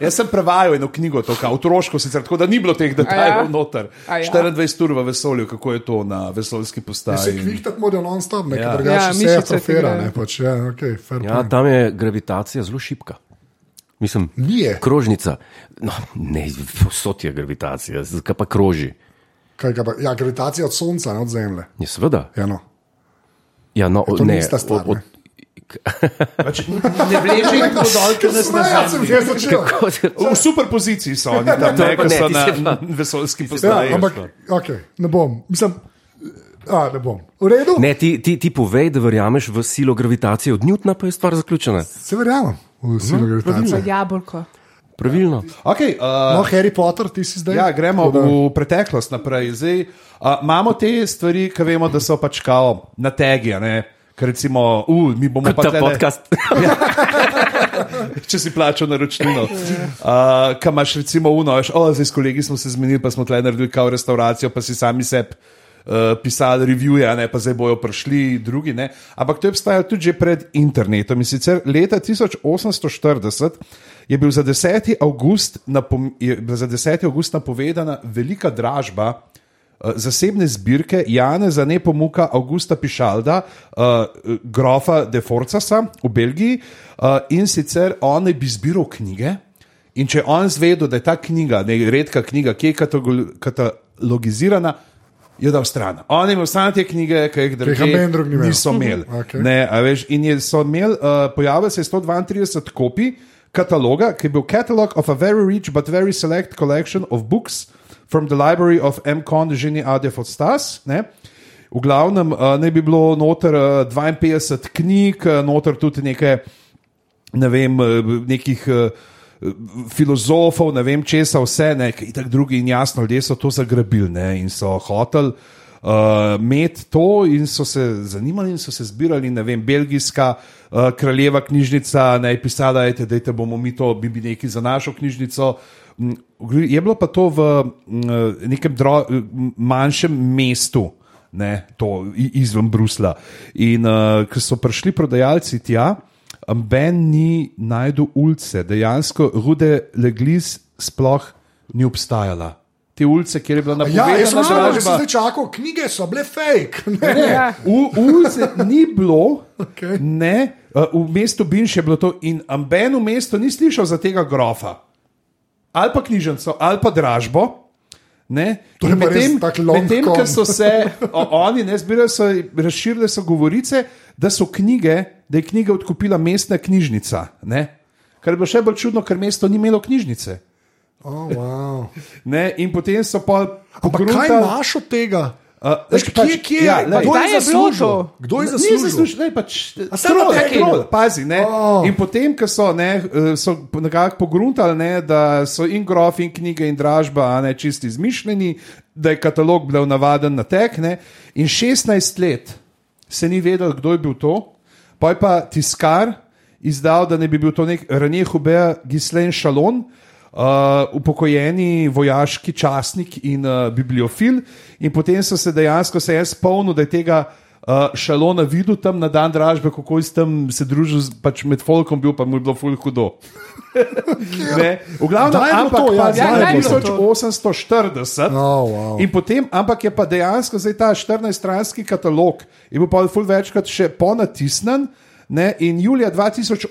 Jaz sem prevajal eno knjigo, to, ka, otroško sicer, tako da ni bilo teh detajlov
A ja?
noter.
A ja.
24 ur v vesolju, kako je to na vesoljski
Se
postaji.
kvihtati morajo non-stop, nekaj
Ja.
ja. drugače
Ja,
ja, se
mišice ti
atrofira.
grejo.
Ne, pač, ja, okay,
Ja,
ja,
tam je gravitacija zelo šipka. Mislim,
Ni je.
krožnica. No, ne, vsot je gravitacija, z- kaj pa kroži.
Kaj, ga pa, ja, gravitacija od Sonca, ne od Zemlje.
Ja, seveda.
Ja, no.
Ja, no,
to
ne,
nista stvar, ne.
*laughs*
Pač, ne vleče jih podol, ker nas ne
Smejal sem,
znajo.
že začel.
V superpoziciji so oni tam,
To
ne,
pa
ko
ne,
so
ti
na
si pa-
*laughs* vesoljski postaji.
Ja, ampak, okay, ne bom. Mislim, a, ne bom. V redu?
ne ti, ti, ti povej, da verjameš v silo gravitacije, od Newtona pa je stvar zaključena.
Se verjamem v silo
za
gravitacije.
jabolko.
Pravilno.
Okay, uh,
No, Harry Potter, ti si zdaj.
Ja, gremo
Tako da-
v preteklost naprej. Zdaj, a, imamo te stvari, ki vemo, da so pač kao na tegi, a ne? ker recimo, uh, mi bomo
Kot
*laughs* pa
ta
tlele-
*laughs* podcast.
*laughs* če si plačal naročnino. Uh, Kaj imaš, recimo, uno, veš, o, zdaj s kolegi smo se zmenili, pa smo tle naredili kao restauracijo, pa si sami sebi. Uh, pisali revije, a ne, pa zdaj bojo prišli drugi. Ne. Ampak to je obstajalo tudi že pred internetom. In sicer leta 1840 je bil za 10. august, napom je bila za 10. august napovedana velika dražba eh, zasebne zbirke Janeza Nepomuka Augusta Pišalda, eh, eh, grofa De Forcasa v Belgiji, eh, in sicer on naj bi zbiral knjige. In če je on zvedel, da je ta knjiga, ne redka knjiga, ki je katagol- katalogizirana, jo dal stran. On je imel samo te knjige, ki jih
jih noben drug
drugje
ni imel. Mhm.
niso imeli.
Okej.
Ne, a veš, in je, so imeli, uh, pojavil se je 132 kopij kataloga, ki je bil Catalog of a Very Rich but Very Select Collection of Books from the Library of M. Conde Genie A. de Fostas. Ne. V glavnem uh, naj bi bilo noter uh, 52 knjig, uh, noter tudi nekaj ne vem, eh, nekih eh, filozofov, ne vem česa, vse ne, in tako drugi in jasno, ljudje so to zagrabili ne, in so hoteli. Uh, med to in so se zanimali, in so se zbirali, ne vem, belgijska uh, kraljeva knjižnica, naj pisala, ajte, da bomo mi to, bi bili neki za našo knjižnico. Mm, Je bilo pa to v mm, nekem dro, mm, manjšem mestu, ne, to i- izven Brusla. In uh, ko so prišli prodajalci tja, Ben ni najdel ulice, dejansko rude leglis sploh ni obstajala. Te ulice, kjer je bila
Ja, jaz sem
napovedana
samo, da sem
dražba.
zdaj čakal, knjige so bile fake. *laughs* Ne.
Ja.
Ne, u- Ulice ni bilo,
Okej.
ne, uh, v mestu Binš je bilo to in Amben v mestu ni slišal za tega grofa. Ali pa knjižnico, ali pa dražbo. Ne?
To je
In
pa res
medtem-
tak long
Medtem,
con.
ko so se o, oni ne zbirali, so razširile so govorice, da so knjige, da je knjige odkupila mestna knjižnica. Ne? Kar je bilo še bolj čudno, ker mesto ni imelo knjižnice.
Oh, wow.
Ne? In potem so pa.
Ampak kaj imaš od tega?
Uh,
Veš, kje, kje je?
Ja, lej.
Kdo
Kdaj
je
je bilo
zaslužil?
to?
Kdo je
Ne,
zaslužil?
Ni zaslužil, ne, pač
sem
trol,
na tekem?
trol, pazi. Ne.
Oh.
Oh. In potem, ko so, ne, eh, so nekako pogruntali, ne, da so in grof, in knjige, in dražba, a ne čisti izmišljeni, da je katalog bil navaden na tek. Ne. In 16 let se ni vedel, kdo je bil to, pa je pa tiskar izdal, da ne bi bil to nek René Hubert Gislen Šalon. Uh, upokojeni vojaški častnik in uh, bibliofil, in potem so se dejansko se jaz spomnil, da je tega Uh, šalo na vidu tam na dan dražbe, kako je tam se družil, z- pač med folkom bil, pa mu je bilo fulh hudo. *laughs* Ne? V glavnem,
Kdaj je bilo
ampak
to?
to,
Ja,
ja,
kdaj
je
ja,
bilo to?
1840.
Oh, wow.
In potem, ampak je pa dejansko zdaj ta 14-stranski katalog, je bil pa ful večkrat še ponatisnen. Ne? In julija 2018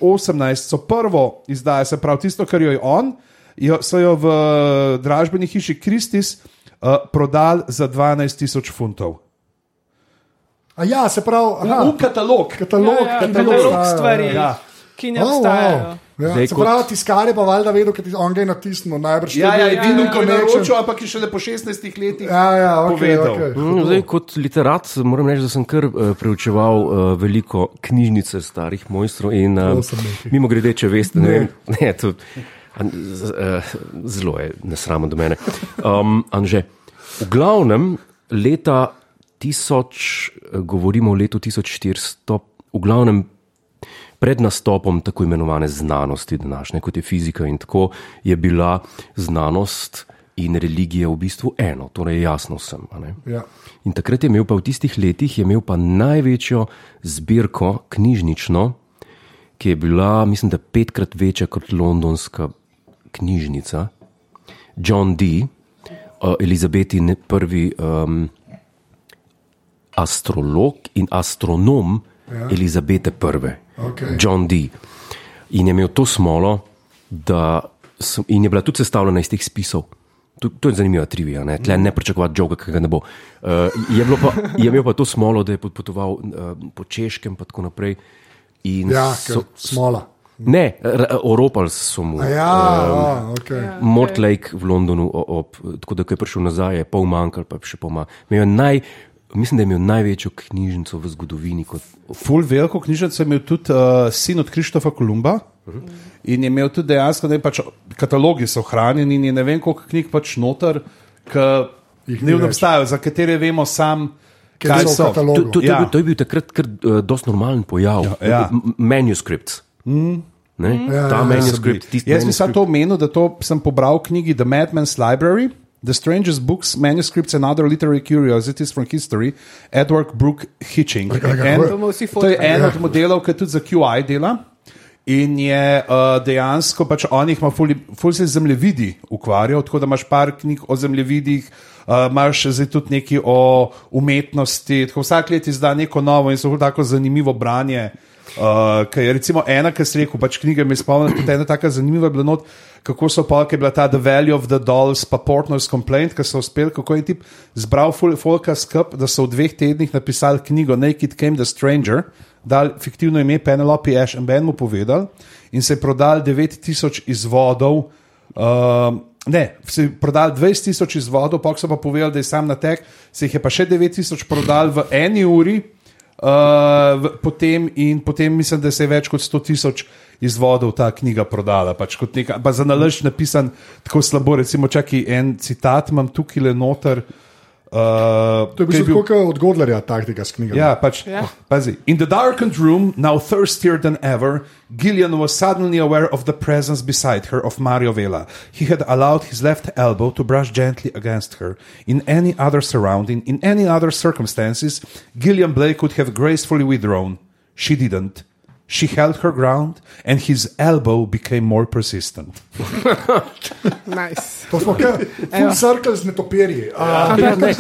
so prvo izdajo, se pravi tisto, kar jo je on, jo, so jo v eh, dražbeni hiši Kristis uh, prodali za 12 tisoč funtov.
A ja, se pravi, aha,
V katalog.
katalog,
ja,
katalog,
katalog
obstaja,
stvari,
ja.
ki ne
Oh, wow.
obstajajo.
Ja,
Zdaj
se
kot-
pravi, tiskar je pa valjda vedel, ker ti- on ga je natisnil, najbrž.
Ja,
to je
ja,
bil
edino,
edini
ko je
connection.
naročil, ampak je šele po 16 letih
Ja, ja, ok,
povedal.
ok.
Mm, Zdaj, kot literat moram reči, da sem kar eh, preučeval eh, veliko knjižnice starih mojstrov. In, eh,
sem nekaj.
mimo grede, če veste, ne vem, ne, to, an, z, eh, zelo je nesramno do mene. Um, Anže, v glavnem leta 1000, eh, govorimo o letu 1400, v glavnem Pred nastopom tako imenovane znanosti, današnje kot je fizika in tako, je bila znanost in religija v bistvu eno, torej jasno sem. a ne.
Ja.
In takrat je imel pa v tistih letih je imel pa največjo zbirko knjižnično, ki je bila, mislim, da petkrat večja kot londonska knjižnica. John D., uh, Elizabetin prvi um, astrolog in astronom ja. Elizabete I.
Okej.
John D. In je imel to smolo, da sem, in je bila tudi sestavljena iz teh spisov. To, to je zanimiva trivija, ne, Tle ne pričakovati žoga, ki ga ne bo. Uh, je, bilo pa, je imel pa to smolo, da je potoval uh, po Češkem in tako naprej. In
Ja, ker
so,
smola.
ne, ra- oropali so mu. eh,
A Ja, a, ok.
Ja.
Mortlake v Londonu, o- ob, tako da ko je prišel nazaj, je pol manjkal, pa še pol manj. Imel je Naj, mislim, da je imel največjo knjižnico v zgodovini. Kot,
Ful veliko knjižnico je imel tudi uh, sin od Krištofa Kolumba. In je imel tudi dejansko, da pač katalogi so hranjeni, in je ne vem, koliko knjig pač noter, ki
Jih ni
ne
več.
obstajajo, za katere vemo sam,
Ker
kaj
so v
so.
katalogu.
to, to, to, ja.
Ja.
je bil, to je bil takrat kar uh, dosti normalen pojav.
Ja, ja.
M- Manuscripts. Mm.
Ja,
Ja, Ta
ja,
ja,
ja,
manuscript, tisti
Jaz bi
manuscript.
sam to omenil, da to sem pobral v knjigi The Madman's Library. The Strangest Books, Manuscripts and Other Literary Curiosities from History, Edward Brooke Hitching.
ga,
En,
kako je?
To bomo vsi
to je en
Ja.
od modelov, ki tudi za QI dela. In je uh, dejansko, pač on jih ima, ful, ful se z zemljevidi ukvarjal, tako da imaš par knjig o zemljevidih, uh, imaš zdaj tudi nekaj o umetnosti. Tako vsak let izda neko novo in so ful tako zanimivo branje. Uh, Ker je recimo ena, ki si rekel, pač knjige mi spomnim, tudi ena tako zanimiva je bila not, kako so pa, ki je bila ta The Value of the Dolls, pa Portnoy's Complaint, ki so uspeli, kako je tip zbral fol- Folka skup, da so v dveh tednih napisali knjigo Naked Came the Stranger, dal fiktivno ime Penelope Ash and Ben mu povedal in se je prodal 9000 izvodov. Um, Ne, se je prodal 20 tisoč izvodov, pa so pa povedali, da je sam na tek, se jih je pa še 9 tisoč prodal v eni uri, Uh, v- potem, in potem mislim, da se je več kot 100 tisoč izvodov ta knjiga prodala. Pač kot neka, pa za nalož napisan tako slabo, recimo, čakaj en citat imam tukaj le noter. Uh,
To
ki
je bil kot od Godlerja taktika s knjigami.
Ja, pač,
Ja.
yeah. pazi. In the darkened room, now thirstier than ever, Gillian was suddenly aware of the presence beside her of Mario Vela. He had allowed his left elbow to brush gently against her. In any other surrounding, in any other circumstances, Gillian Blake would have gracefully withdrawn. She didn't. She held her ground, and his elbow became more persistent.
Nice.
To smo kot full circle z netopirji. A,
Ja, ne,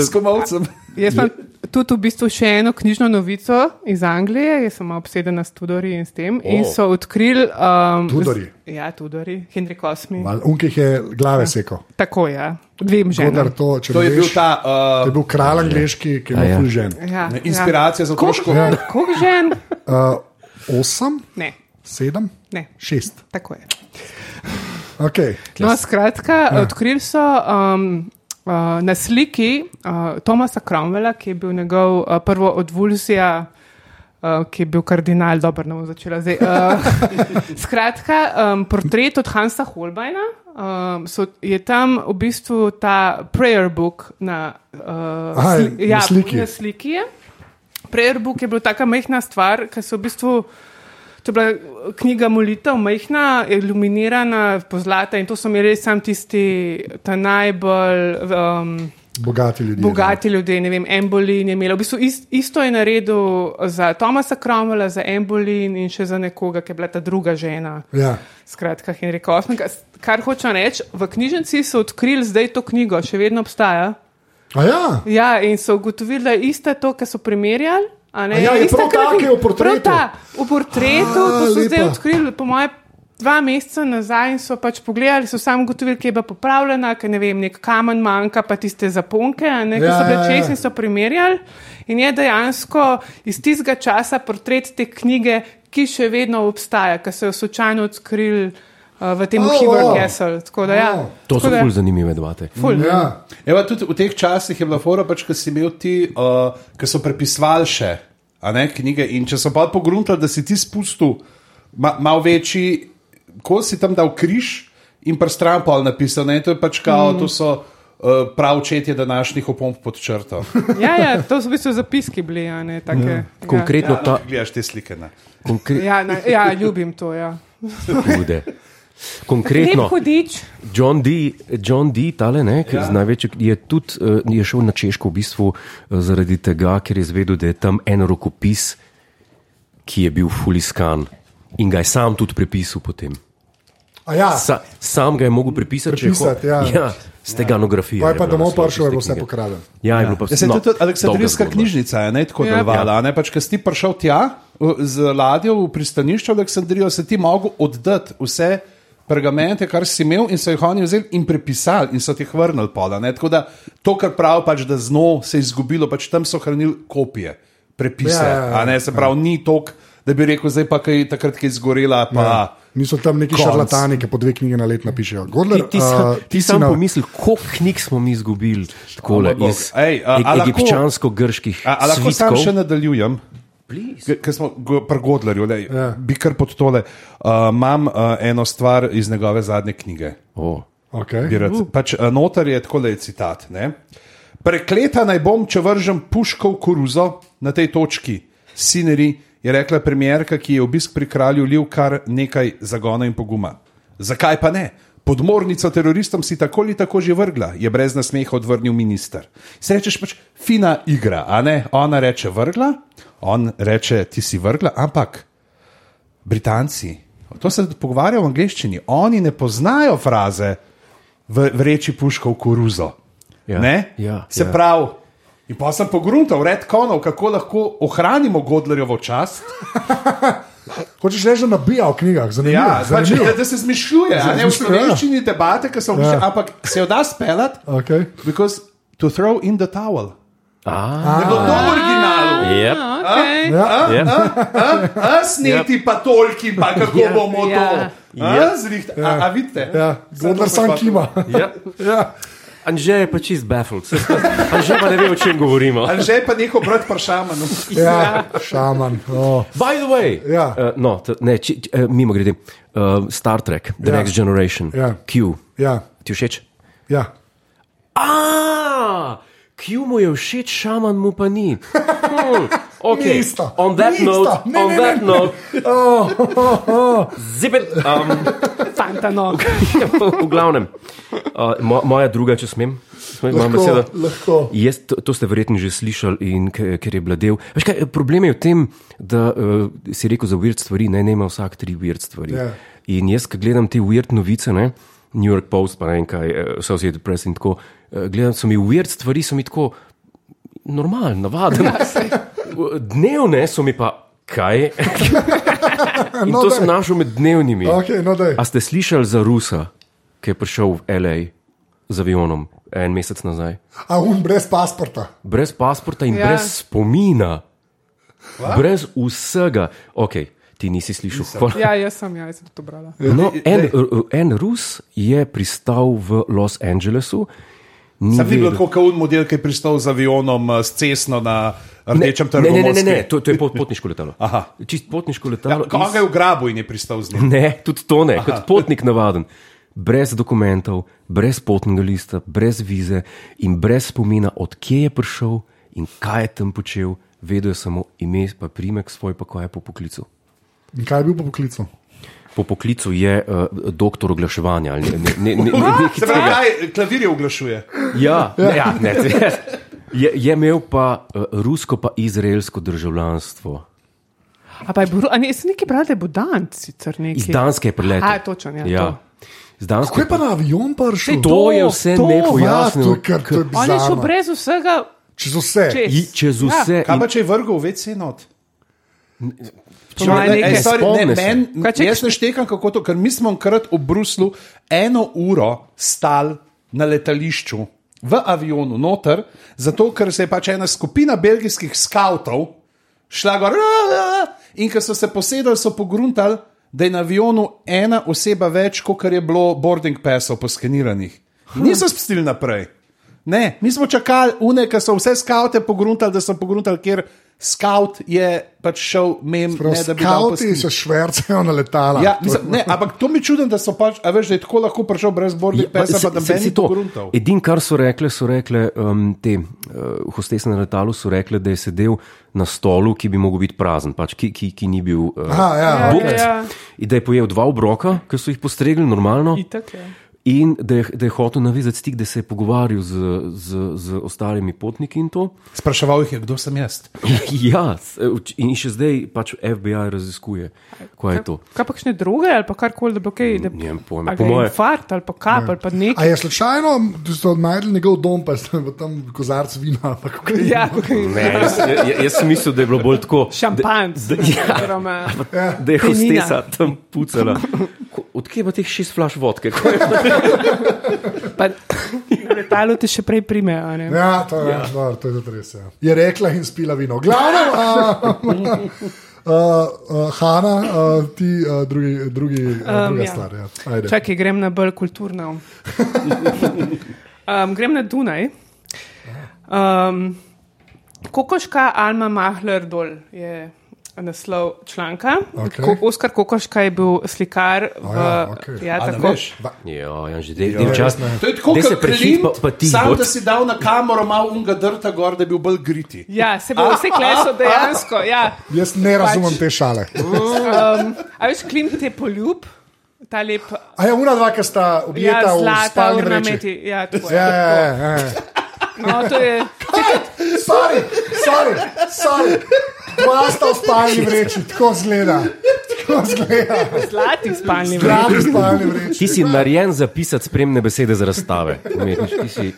*laughs* S komolcem.
Jaz imam tudi v bistvu še eno knjižno novico iz Anglije, jaz sem malo obsedena s Tudori in s tem. Oh. In so odkrili. Um,
Tudorji?
Z, ja, Tudori, Henrik VIII.
Mal, Unkih je glave seko.
Tako je, ja. dvem
Godler
ženam.
to, če
To je
ne
bil
veš,
ta
to je
uh,
bil kralj angliški, ki je
Ja, ja.
bil ful žen.
Ja,
inspiracija za otroško.
Ja. Kog žen?
Uh, osem,
Ne,
sedem,
ne,
šest.
tako je.
Okay.
No, skratka, ja. odkrili so um, uh, na sliki uh, Tomasa Cromwella, ki je bil njegov uh, prvo odvulzija. Uh, ki je bil kardinal, dobro, ne bom začela zdaj. Uh, *laughs* skratka, um, portret od Hansa Holbeina um, so, je tam v bistvu ta prayer book na, uh,
Aha,
sli-
na
ja,
sliki.
Na sliki je. Prayer book je bila taka majhna stvar, ki so v bistvu. To je bila eh, knjiga molitev, majhna, iluminirana, pozlata in to so imeli res sam tisti, ta najbolj um,
Bogati ljudje.
Bogati ljudje, ne vem, Embolin je imel. V bistvu ist, isto je naredil za Tomasa Cromwella, za Embolin in še za nekoga, ki je bila ta druga žena.
ne. Ja.
Skratka, Henry Kaufman. Kar hočem reči, v knjižnici so odkrili zdaj to knjigo, še vedno obstaja.
A ja.
Ja, in so ugotovili, da je ista to, kar so primerjali. a Ne,
A ja, je
ista
prav ta,
kar-
ki je v portretu.
Prav Ta, v portretu,
A,
to so zdaj
lepa.
odkrili, po mojem, dva meseca nazaj in so pač pogledali, so sami ugotovili, kje je bila popravljena, ker ne vem, nek kamen manjka, pa tiste zaponke, a ne, ki
Ja,
so bile
ja, ja.
čez in so primerjali. In je dejansko iz tistega časa portret te knjige, ki še vedno obstaja, ker so jo slučajno odkrili uh, v tem
O,
oh,
o.
Heber Castle. Tako da ja.
O.
To so
Tako da-
bolj zanimive debate.
ful.
Ja.
Evo, tudi v teh časih je bila fora, pač, ki si imel ti, uh, ki so prepisovali še a ne, knjige. In če so pa pogruntali, da si ti spustil ma, malo večji, ko si tam dal križ in pa stran pol napisal, ne, to je pač kao, mm. to so uh, prav četje današnjih opomb pod črto.
Ja, ja, to so v bistvu zapiski bili. a Ne, take, ja.
Konkretno ta.
Gledaš te slike. Ne.
*laughs*
Konkre...
Ja, na, ja, ljubim to. Ja.
Hude.
Lep
Konkretno,
hudič,
John D., John D. Tale, ne, ja. največji, je, tudi, eh, je šel na Češko v bistvu eh, zaradi tega, ker je zvedel, da je tam en rokopis, ki je bil fuliskan in ga je sam tudi prepisal potem.
A ja.
Sa, sam ga je mogel prepisati, če je
Prepisati,
hotel.
ja.
ja, steganografija.
Pa je pa
bila
domov
naslov
prišel,
tiste
je bilo vse
knjige.
pokradeno.
Ja, je bilo pa
Ja, se
no,
no, tudi Aleksandrijska
dolga zgodba.
knjižnica je ne, tako
Ja.
delovala. Ja. Pač, Ker si ti prišel tja v- z ladjo v pristanišče v Aleksandrijo, si ti mogel oddati vse pergamente, kar si imel, in so jih oni vzeli in prepisali, in so ti jih vrnili pola. Ne. Tako da to, kar prav, pač, da zno se je izgubilo, pač tam so hranili kopije, prepise.
Ja, ja, ja.
Ja, ja, se pravi, ja. ni tok, da bi rekel, zdaj pa kaj takrat, ki je zgorela. Pa, ja.
Niso tam neki
Konc.
šarlatani, ki po dve knjige na let napišejo. Godler,
Ti, ti, sam,
a,
no. ti
eh, si
sam
na-
pomisli, koliko knjig smo mi izgubili takole,
O, moj
iz
bog. Ej, a- a
e-
lahko-
egipčansko-grških
A, a lahko sam še
svitkov.
nadaljujem? Ker smo go- pri Godlerju, lej, ja. bi kar pod tole. Uh, Imam uh, eno stvar iz njegove zadnje knjige.
O,
Okay.
Bi rad- Pač, uh, notar je tako le citat. Ne? Prekleta naj bom, če vržem puško v koruzo na tej točki. Sineri je rekla premjerka, ki je obisk pri kralju lil kar nekaj zagona in poguma. Zakaj pa ne? Podmornico teroristom si tako ali tako že vrgla, je brez nasmeha odvrnil minister. Srečeš pač fina igra, a ne? Ona reče vrgla, on reče ti si vrgla, ampak Britanci, to se pogovarja v angleščini, oni ne poznajo fraze v, vreči puško v koruzo.
Ja,
Ne?
ja,
se
ja.
pravi. In pa sem pogruntal, red konov, kako lahko ohranimo Godlerjevo čast.
Hočeš reči, da nabija v knjigah, zanimivo.
Ja, pač,
zanimivo.
da se zmišljuje, a ne v slovenščini debate, ki so v bistvu,
Ja.
ampak se jo da speljati,
Okay.
because to throw in the towel.
a,
Je bilo to
Ah.
v originalu.
yep,
okay. ja.
Ja.
yep.
A sneti pa toliko, pa kako
Ja.
bomo to.
Ja.
A, zriht, a, a vidite?
Ja.
Zdaj
Godler sam
pa-
kima.
Ja.
Ja.
Anže je pa čist baffled, *laughs* saj sta- Anže pa ne ve, o čem govorimo.
Ali že je pa njihov brat no? vprašaman.
Ja. Šaman. Oh.
By the way,
Ja.
uh, no, t, ne, či, č, uh, mimo grede, uh, Star Trek, The
Ja.
ja. Next Generation,
Ja.
Q.
Ja.
Ti všeč?
Ja.
A, Q mu je všeč, šaman mu pa ni.
*laughs*
Hmm, okay.
Ni isto.
On that
Ni isto.
note,
Ne,
on
ne,
that
ne.
note,
Oh, oh, oh.
zip it. Um,
fantano.
*laughs* v glavnem, uh, mo, moja druga, če smem, smem imam
Lahko,
besedo.
lahko.
Jaz, to, to ste verjetno že slišali, in, ke- ker je bila del. Veš Kaj, problem je v tem, da uh, si rekel za uvrt stvari, naj ne ima vsak tri uvrt stvari.
Ja.
In jaz, ki gledam te uvrt novice, ne, New York Post, pa ne vem kaj, eh, Associated Press in tako, eh, gledam, so mi uvrt stvari, so mi tako normalno, navadno.
Ja,
Dnevne so mi pa kaj.
*laughs*
in
No,
to sem
daj.
našel med dnevnimi.
Okay, no daj.
A ste slišali za Rusa, ki je prišel v L.A. z avionom en mesec nazaj?
A um brez pasporta.
Brez pasporta in
Ja.
ja. brez spomina, Hva? brez vsega. Ok, ti nisi slišal. Hvala.
Ja, jaz sem, ja, jaz sem to brala.
No, en, en Rus je pristal v Los Angelesu. Ni
Sam ni bilo
vedel-
tako, kot un model, ki je pristal z avionom, eh, s cesno na
Ne,
rdečem trgu.
ne, ne, ne, ne,
Moskve.
ne, to, to je pot, potniško letalo.
Aha.
Čist
Ja,
potniško letalo.
Koga
iz-
je ugrabil in je pristal z njim?
*laughs* Ne, tudi to ne, Aha. kot potnik navaden. Brez dokumentov, brez potnega lista, brez vize in brez spomina, odkje je prišel in kaj je tam počel, vedel je samo ime, pa primek svoj, pa kaj je po poklicu.
In kaj je bil po poklicu?
po poklicu je uh, doktor oglaševanja. ali Ne, ne, ne, ne, ne,
Se pravi, kaj klavirje oglašuje?
ja, ne, ja, ne, *laughs* je, je imel pa uh, rusko, pa izraelsko državljanstvo.
A pa je bilo, a ne, jaz nekaj pravim, da je budant sicer nekaj.
Iz Danske je priletel.
A, točno, ja, to.
Iz Danske.
Kako je pa na avion prišel?
Saj
To, to je vse
to,
Ja, to,
nepojasnjeno.
je kar, to
On
je
je šel
bizarno.
brez vsega
Čez vse.
čez.
E,
Ja,
I- Čez vse.
Kaj
in-
pa če je vrgel večji not?
To ima
Ne, ej,
nekaj.
sorry, ne,
Spomni se.
men,
Kaj če-
jaz ne štekam, kako to, ker mi smo enkrat v Bruslu eno uro stal na letališču, v avionu, noter, zato ker se je pač ena skupina belgijskih skautov šla gor. "Ra, ra," In ker so se posedali, so pogruntali, da je na avionu ena oseba več, kot je bilo boarding passov poskeniranih. In Niso spustili naprej. Ne, mi smo čakali, une, ki so vse skaute pogruntali, da so pogruntali, ker skaut je pač šel mem,
Prav,
ne, da bi dal
Skauti
poskus.
se švercajo *laughs* na letala.
Ja,
To-
mislim, ne, ampak to mi je čudno, da so pač, a veš, da je tako lahko prišel brez borbe,
Ja, pa
pesa,
se-
pa da
se-
bi
se
si
to.
to gruntal.
Edino, kar so rekle, so rekle um, te uh, hostese na letalu, so rekle, da je sedel na stolu, ki bi mogel biti prazen, pač, ki, ki, ki ni bil uh,
Aha, ja,
Ja,
buket.
ja, ja.
In da je pojedel dva obroka, ki so jih postregli normalno.
Itak, ja.
In da je, da je hotel navezati stik, da se je pogovarjal z, z, z ostalimi potniki in
*laughs*
to.
Spraševal jih je, kdo sem jaz.
Ja, s- uč- in še zdaj pač FBI raziskuje, kaj je to.
Kaj pa kakšne druge ali pa karkoli, da bo kaj. da-
Nimam pojma.
ali
Po
ga je
moje-
Infarkt ali pa kap ali pa
A
nekaj.
je slučajno, da so najdel njegov dom, pa je *laughs* tam kozarc vina. pa kokain.
Ja, kaj.
Ne, jaz, jaz, jaz sem mislil, da je bilo bolj tako.
Šampanc.
Da, da, ja,
oziroma-
da je
Penina.
hostesa tam pucala. Ko- Odkje pa teh šest flaš vodke? Ko je-
Pa na letalu te še prej primejo. a ne.
Ja, to je, ja. Dobro, to je tudi res. Ja. Je rekla in spila vino. Glavno, *laughs* uh, uh, Hanna, uh, ti uh, drugi, drugi, uh,
ja.
druga ja. stvar. Ja. Ajde.
Čakaj, grem na bolj
*laughs*
kulturno. Um, grem na Dunaj. Um, Kokoška Alma Mahler dol je naslov članka.
Okej.
Ko- Oskar Kokoška je bil slikar v.
ja, okej.
Ja,
A, ne
tako.
veš?
Ja, ja, že del del časa.
To je tako,
Daj se
kot
prehit,
prehit,
pa- pa ti
sam,
bod.
da si dal na kamero malo unga drta gor, da bi bil bolj griti.
Ja, se bo vse kleso dejansko. Ja.
Jaz ne razumem pač. te šale.
Um, a veš, Klimt je poljub, ta lep,
A je ura dva, ki sta objeta
ja,
v
zlata
spalni vreči.
ornamenti. Ja, tako
Ja,
je.
ja, ja, ja.
No, to je.
Sorry, sorry, sorry. Dva sta v spalni vreči, tako zgleda. Tako zgleda.
Zlati spalni vrt.
Pravi spalni vreči.
Ti si narejen zapisati spremne besede za razstave. Umetniš, ti si,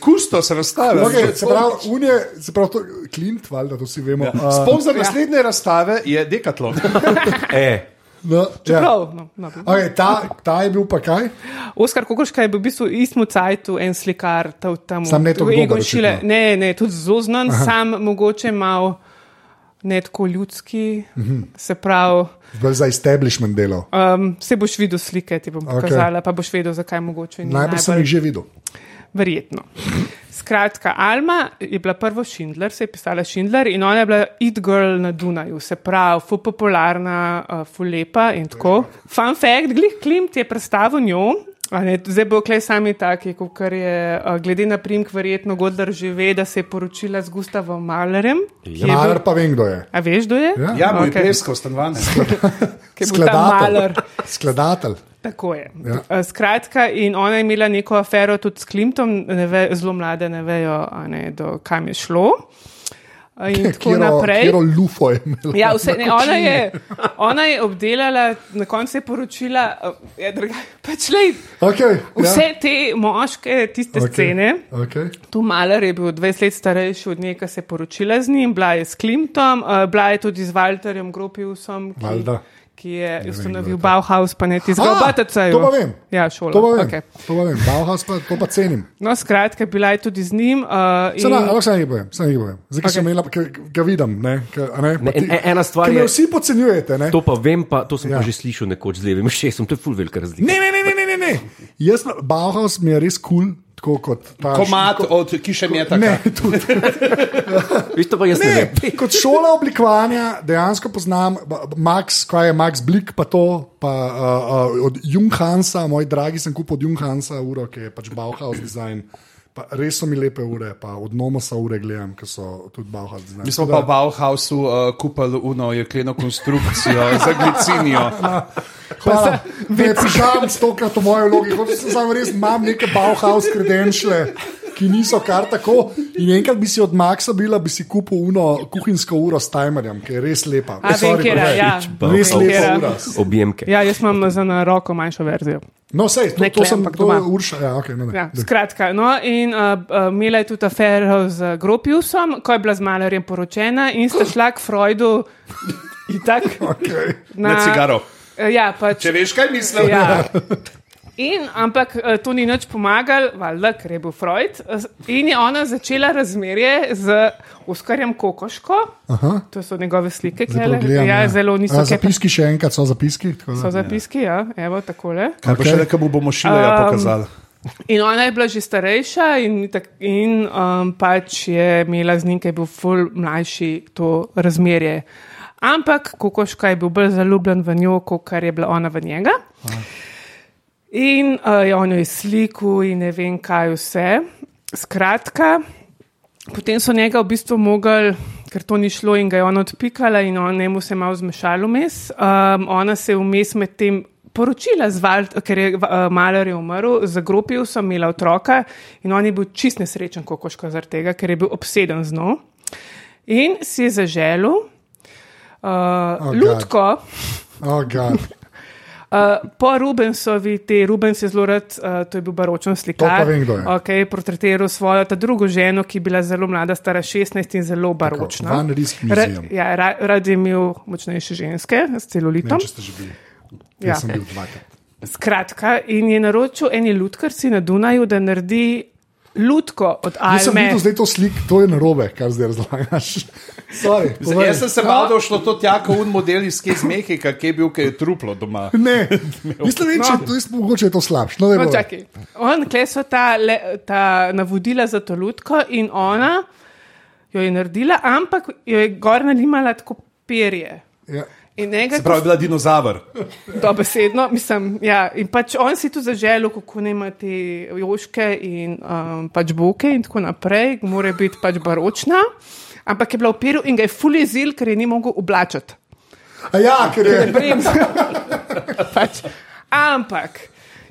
Kusto se razstave.
Okay, se pravi, unije, se pravi, to, klint, valjda, to vsi vemo. Uh,
Sponzor naslednje razstave je Decathlon.
e,
no, ja.
Prav, no, no.
okay, ta, ta je bil pa kaj?
Oskar Kokoška je bil v bistvu istmu cajtu en slikar, ta, tam
Samo ne tako
Egon
dober,
Šile.
očitno.
Ne, ne, tudi zelo znan, sam mogoče malo ne tako ljudski,
Mhm.
se pravi.
Bolj za establishment delal.
Um, se boš videl slike, ti bom
Okej.
pokazala, pa boš vedel, zakaj mogoče ni.
Najprej sem jih že videl.
Verjetno. Skratka, Alma je bila prvo Schindler, se je pisala Schindler in ona je bila it girl na Dunaju, se pravi, fu popularna, uh, fu lepa in tako. Fun fact, glih Klimt je predstavil njo. a Ne, zdaj bo klej sami taki, kot je, uh, glede na primek, verjetno Godler že ve, da se je poročila z Gustavom Malerjem. ki je bil-
Maler pa vem, kdo je.
A veš, kdo je?
Ja.
Ja, moj
Okej.
okay. pleskal stanovanje.
Ki je bil ta Maler.
Skladatelj.
Tako je.
Ja.
Ja. Skratka, in ona je imela neko afero tudi s Klimtom, ne ve, zelo mlade, ne vejo, a ne, do kam je šlo. Eh, In tako naprej.
Kjero lufo je imel.
Ja, vse, ne, ona, je, ona je obdelala, na koncu je poročila, eh, ja, druga, pač lej,
Okay,
vse ja. te moške, tiste okay. scene.
Okay.
Tu Maler je bil 20 let starejši od njega, se je poročila z njim, bila je s Klimtom, eh, bila je tudi z Walterjem Gropiusom, ki,
Valjda.
ki je
kdo je
ustanovil
to.
Bauhaus, pa ne tisto,
A,
kar je
to pa vem.
Ja, šola.
To pa vem,
okej.
okay. to pa vem. Bauhaus pa, to pa cenim.
No, skratka, bila je tudi z njim. Uh,
Se
in,
na, ampak se ne bojem, se ne bojem. Zdaj, ki okay.
Okej.
sem imela, ki ga vidim, ne, ki, a ne, pa
ne,
ti,
en, en- ena stvar
ki me
je.
vsi podcenjujete, ne.
To pa vem, pa, to sem ja.
Ja.
pa že slišal nekoč z levim šestom, to je full velika razlika.
Ne, ne, ne, ne, ne, ne, ne. Jaz, pa- Bauhaus mi je res kul, cool, tako kot ta.
Komat od kiše meta.
Ne, tudi.
Veš, to pa jaz ne, ne vem.
Ne, *laughs* kot šola oblikovanja dejansko poznam ba- Max, kaj je Max Blik, pa to, pa uh, uh, od Junghansa, moj dragi, sem kupil od Junghansa uro, ki je pač Bauhaus design. Pa res so mi lepe ure, pa od Nomosa ure gledam, ki so tudi Bauhaus.
Mi smo pa v Bauhausu uh, kupili uno jekleno konstrukcijo za glicinijo. *laughs*
Hvala. Ne prišam stokrat v mojo vlogi, hočem se sam res, imam neke Bauhaus kredenčle, ki niso kar tako. In enkrat bi si od Maxa bila, bi si kupil uno kuhinjsko uro s timerjem, ki je res lepa.
A, vem,
Sorry,
katera,
pa ne.
ja.
Res
Vem,
lepa
katera.
ura.
Objemke.
Ja, jaz imam za na roko manjšo verzijo.
No, sej, to,
Ne
to
klem,
sem
ampak
to je
doma.
Urša. Ja, okay, no, ne,
Ja,
Daj.
skratka, no, in uh, uh, imela je tudi afero z Gropiusom, ko je bila z Malerjem poročena in sta šla k Freudu *laughs* in tako
okay.
Na cigaro.
Ja, pač.
Če veš, kaj mislim.
Ja. In, ampak eh, to ni nič pomagalo, valjda, ker je bil Freud. eh, In je ona začela razmerje z Oskarjem Kokoško. Aha. To so njegove slike, ki
Zdaj pa
je
gledam,
ja, zelo niso
A,
kepe.
Zapiski še enkrat so zapiski. tako da-
So zapiski, ja, evo takole.
Kaj
Okay.
rekel, mu bomo šile ja
Um,
pokazali?
In ona je bila že starejša, in, tak, in um, pač je imela z njim, ki je bil ful mlajši, to razmerje. Ampak Kokoška je bil bolj zaljubljen v njo, kot kar je bila ona v njega. In uh, je on jo je slikal, in ne vem, kaj vse. Skratka, potem so njega v bistvu mogli, ker to ni šlo, in ga je ona odpikala, in on njemu se je malo zmešalo vmes. Um, ona se je vmes med tem. Poročila z Valt, ker je uh, Maler je umrl, zagropil sem, imela otroka in on je bil čist nesrečen, kokoška, zaradi tega, ker je bil obseden z njo. In si je zaželil uh, oh,
God.
ljudko,
Oh, God.
Uh, po Rubensovi, te Rubens je zelo rad, uh, to je bil baročen slikar.
To pa vem, kdo je.
Okay, portretiral svojo ta drugo ženo, ki je bila zelo mlada, stara 16 in zelo baročna.
Van Rysk muzeum.
ja, ra, rad je imel močnejše ženske s
Ne
celulitom.
vem, če ste že bili.
Ja.
Jaz sem bil dvakrat.
Skratka, in je naročil eni lutkarci na Dunaju, da naredi lutko od
Jaz sem
Alme.
videl zdaj to sliko, to je narobe, kar zdaj razlagaš. *laughs* Sorry, povej.
Jaz sem se bal, da je šlo to tja, kot un model iz kje iz Mehika, ki je bil, ki je truplo doma.
Ne, mislim, da je to, jaz mogoče je to slabše. No, daj,
No,
povej.
čakaj. On, kle so ta, le, ta navodila za to lutko in ona jo je naredila, ampak jo je gor nalimala tako perje.
Ja.
In njega
Prav je bila dinozaver.
dobesedno, mislim, ja, in pač on si tu zaželil, kako ne ima te joške in um, pač boke in tako naprej, mora biti pač baročna, ampak je bila v peru in ga je fulizil, ker je ni mogel oblačati.
A ja, ker je.
*laughs* Bremz. pač. Ampak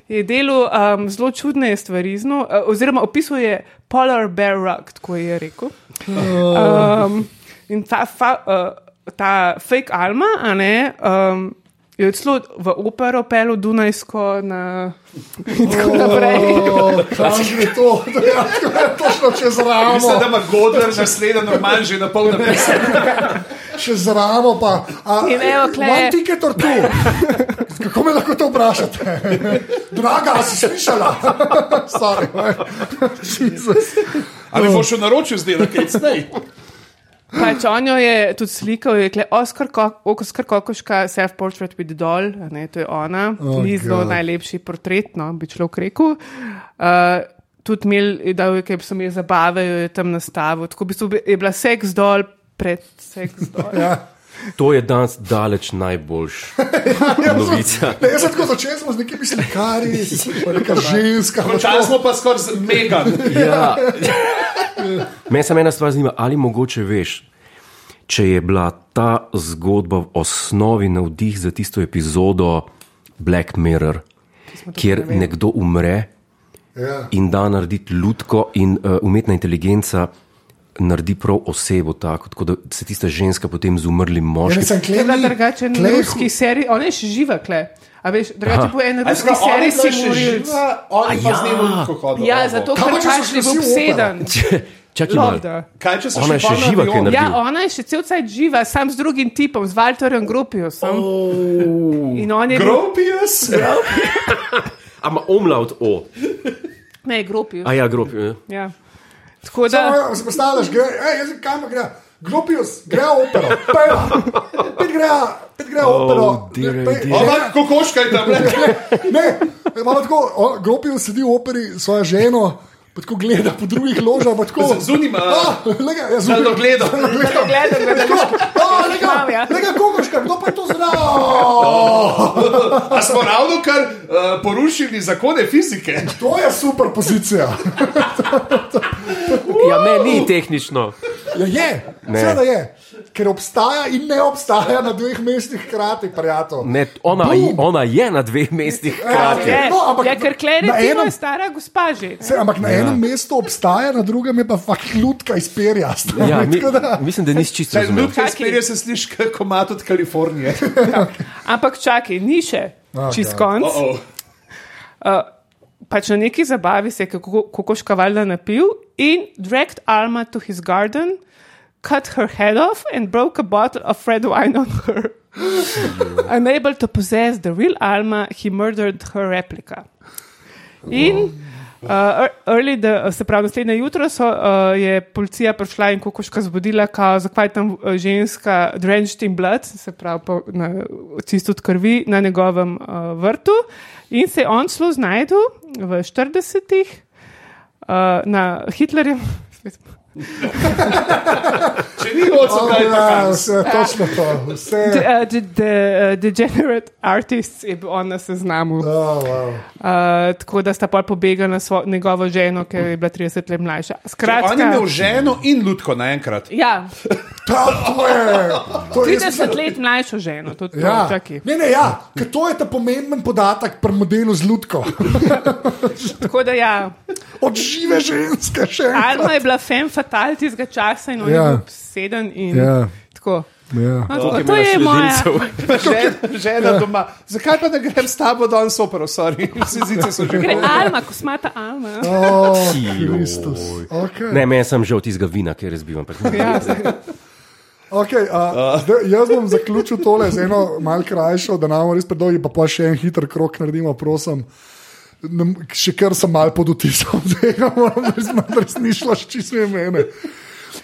je delal um, zelo čudne stvari, zno, uh, oziroma opisal je polar bear rug, tako je rekel. Um, in ta, fa, uh, ta fake Alma, a ne. Um, Jo je celo v opero pelo Dunajsko na... *laughs* in tako
Oh.
naprej.
*laughs* Kam gre to? Ja, tako je točno čez
Mislim, da
ramo,
ima Godler naslednji normal že na pol napisan.
čez ramo pa. A,
In evo, Kle-
Imam tiket or tu.
*laughs*
Kako me lahko to vprašate? Draga, a si
*laughs*
slišala? Sorry, Jezus.
Ali boš v naročju zdaj, da kaj zdaj?
Pač on jo je tudi slikal, je rekel, Oskar, Ko- Oskar Kokoška, self-portrait with the doll, a ne, to je ona,
Oh,
oh, ni zelo
God.
najlepši portret, no, bi človek rekel. Uh, tudi imel, da je kaj, so mi zabave, jo je tam nastavil. Tako v bistvu bi- je bila seks dol, pred seks dol.
To je danes daleč najboljš *laughs* Ja, novica.
Ne, jaz sem tako začel, smo z nekimi
*laughs*
slikarji, pa neka ženska. pa
Končali
to.
smo pa skoraj z mega.
Ja.
Ja.
Mene samo ena stvar zanima, ali mogoče veš, če je bila ta zgodba v osnovi navdih za tisto epizodo Black Mirror, kjer nekdo umre
Ja.
in da narediti ljudko, in uh, umetna inteligenca naredi prav osebo, tako, tako da se tista ženska potem z umrlim
Ja,
moškim.
mislim,
To je bila
Klej ni-
drugačen
Klej je
ruski serij, ona je še živa, kle. A veš, drugače bo en ruski serij si morilc.
Oni pa z njim lahko hodijo.
Ja, zato,
Kaj
ker
pa, če so
pač je
šli
bil
vsi v opero?
obseden.
Čakaj, malo.
Lovda.
Kaj, če so
Ona je še
pol na
živa, ki je
avionu?
naredila.
Ja,
Naredil.
ona je še cel cel živa, sam z drugim tipom, z Walterjem Gropijusom. Oh. In on je bil,
Gropius?
A ima omlaut o.
ne, Gropijus.
A ja, grob. eh.
Ja. Tako da,
Ja, Se postavljaš, gre, ej, jaz sem kam gre. Gropius, gre v opero, peva, pet gre, pet gre v opero.
Oh, dear,
pe-
dear.
Ona-
Ampak
*laughs*
kokoška je tam.
Ne, ne, malo tako, o, Gropius sedi v operi s svojo ženo, Pa tako gleda po drugih ložah, pa tako.
Zunaj ima-
lega, ja, zunaj.
Zelo gledal.
Gledam, gledam,
Lega,
Slavja.
lega, kokoška, kdo pa je to zdrav?
Oh. A smo ravno kar uh, porušili zakone fizike.
To je super pozicija.
Ja, ne, ni tehnično.
Ja, je,
Ne.
seveda je. Ker obstaja in ne obstaja na dveh mestih hkrati, prijatelj.
Ne, ona, ona je na dveh mestih hkrati.
Ja,
Je,
no, ampak
*laughs* ja, ker klej
na
recimo
enem-
je stara gospa že.
Se, ampak na ja. enem mestu obstaja, na drugem je pa fucking lutka iz perja. stari, *laughs*
Ja, mi,
tako da-
mislim, da nisi čisto razumel.
Ljubke
Čakaj.
smerje se sliši kot komat od Kalifornije.
Ampak čakaj, ni še
Ah,
čist
ja.
konc.
Oh,
pač na neki zabavi se je kako- kokoška valjda napil in dragged Alma to his garden, cut her head off and broke a bottle of red wine on her. Unable to possess the real Alma, he murdered her replica. In uh, ear- early, the, se pravi, naslednje jutro so, uh, je policija prišla in kokoška zbudila, kao, zakaj je tam uh, ženska drenched in blood, se pravi, po, na, čisto od krvi na njegovem uh, vrtu. In se je on celo znašel v 40-ih uh, na Hitlerjem. *laughs*
če ni odsotno, kaj je pa
Ja,
kam.
vse, točno to.
De,
Vse.
uh, de, de, uh, degenerate artists je bil on na seznamu.
Oh, wow.
Uh, tako da sta pa pobegala na svo, njegovo ženo, ki je bila 30 let mlajša. Skratka,
On je imel ženo in lutko naenkrat.
ja,
Ta, to je. To je
30 let mlajšo ženo, tudi ja.
Ja.
čaki.
Ne, ne, ja. ker To je ta pomemben podatek pri modelu z lutko.
Tako da ja,
Od žive ženske še enkrat.
Alma je bila fan fatal tistega časa in on je
Ja.
bil obseden in
Ja.
tako.
Ja.
No, tako.
Imela
To je moja.
sledilcev.
Žen, žena doma. Zakaj pa ne grem s tabo danes opero, *laughs* sorry. Vsi zice so že
*laughs*
gre.
Gre Alma, kosmata Alma. ja.
Oh,
Joj.
Kristus. Okay.
Ne, meni sem že od tistega vina, ki je razbivam.
Ja,
Okay, uh, zdaj, jaz bom zaključil tole z eno malce krajšo, da nam res predolgi, pa pa še en hiter krok naredimo, prosim. Nem- Še kar sem mal pod vtisom, *laughs* tega moram resnično čisto mene.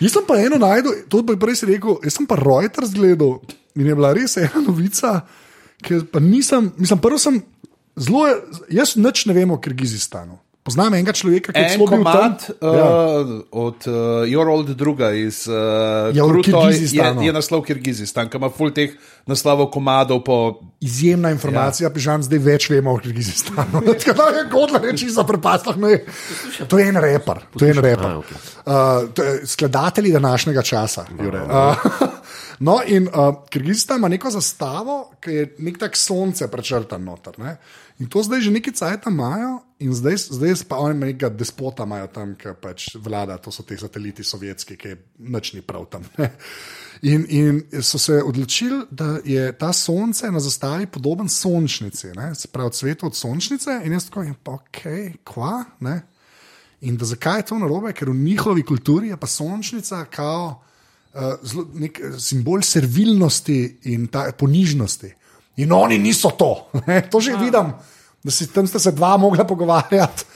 Jaz sem pa eno najdel, to bi prej si rekel, jaz sem pa Reuters gledal in je bila res ena novica, ki pa nisem, mislim, prvo sem zelo, jaz nič ne vem o Kirgizistanu. Poznam enega človeka, ki je
En
celo bil tam.
komat uh, od uh, Your Old druga iz uh,
Ja, od
Krutoj je,
Kirgizistana.
je naslov Kirgizistan, ki ima full teh naslovov komadov po
Izjemna informacija, ja. pižam, zdaj več vemo o *laughs* Kirgizistanu. Tako da je kot reči za prepastah. Ne. To je en reper, to je en reper. Uh, to je skladatelji današnjega časa. Jure. Uh, *laughs* no, in uh, Kirgizistan ima neko zastavo, ki je nek tak sonce prečrtan noter. Ne. In to zdaj že neki cajt imajo, in zdaj, zdaj pa oni nekega despota imajo tam, ki pač vlada, to so ti sateliti sovjetski, ki je nič ni prav tam. ne. In, in so se odločili, da je ta sonce na zastavi podoben sončnici, ne? se pravi, cvetu od sončnice. In jaz tako je, pa ok, kva. Ne? In da zakaj je to narobe, ker v njihovi kulturi je pa sončnica kao uh, zelo, nek eh, simbol servilnosti in ta, ponižnosti. In oni niso to. ne. to že vidim, da si tam sta se dva mogla pogovarjati.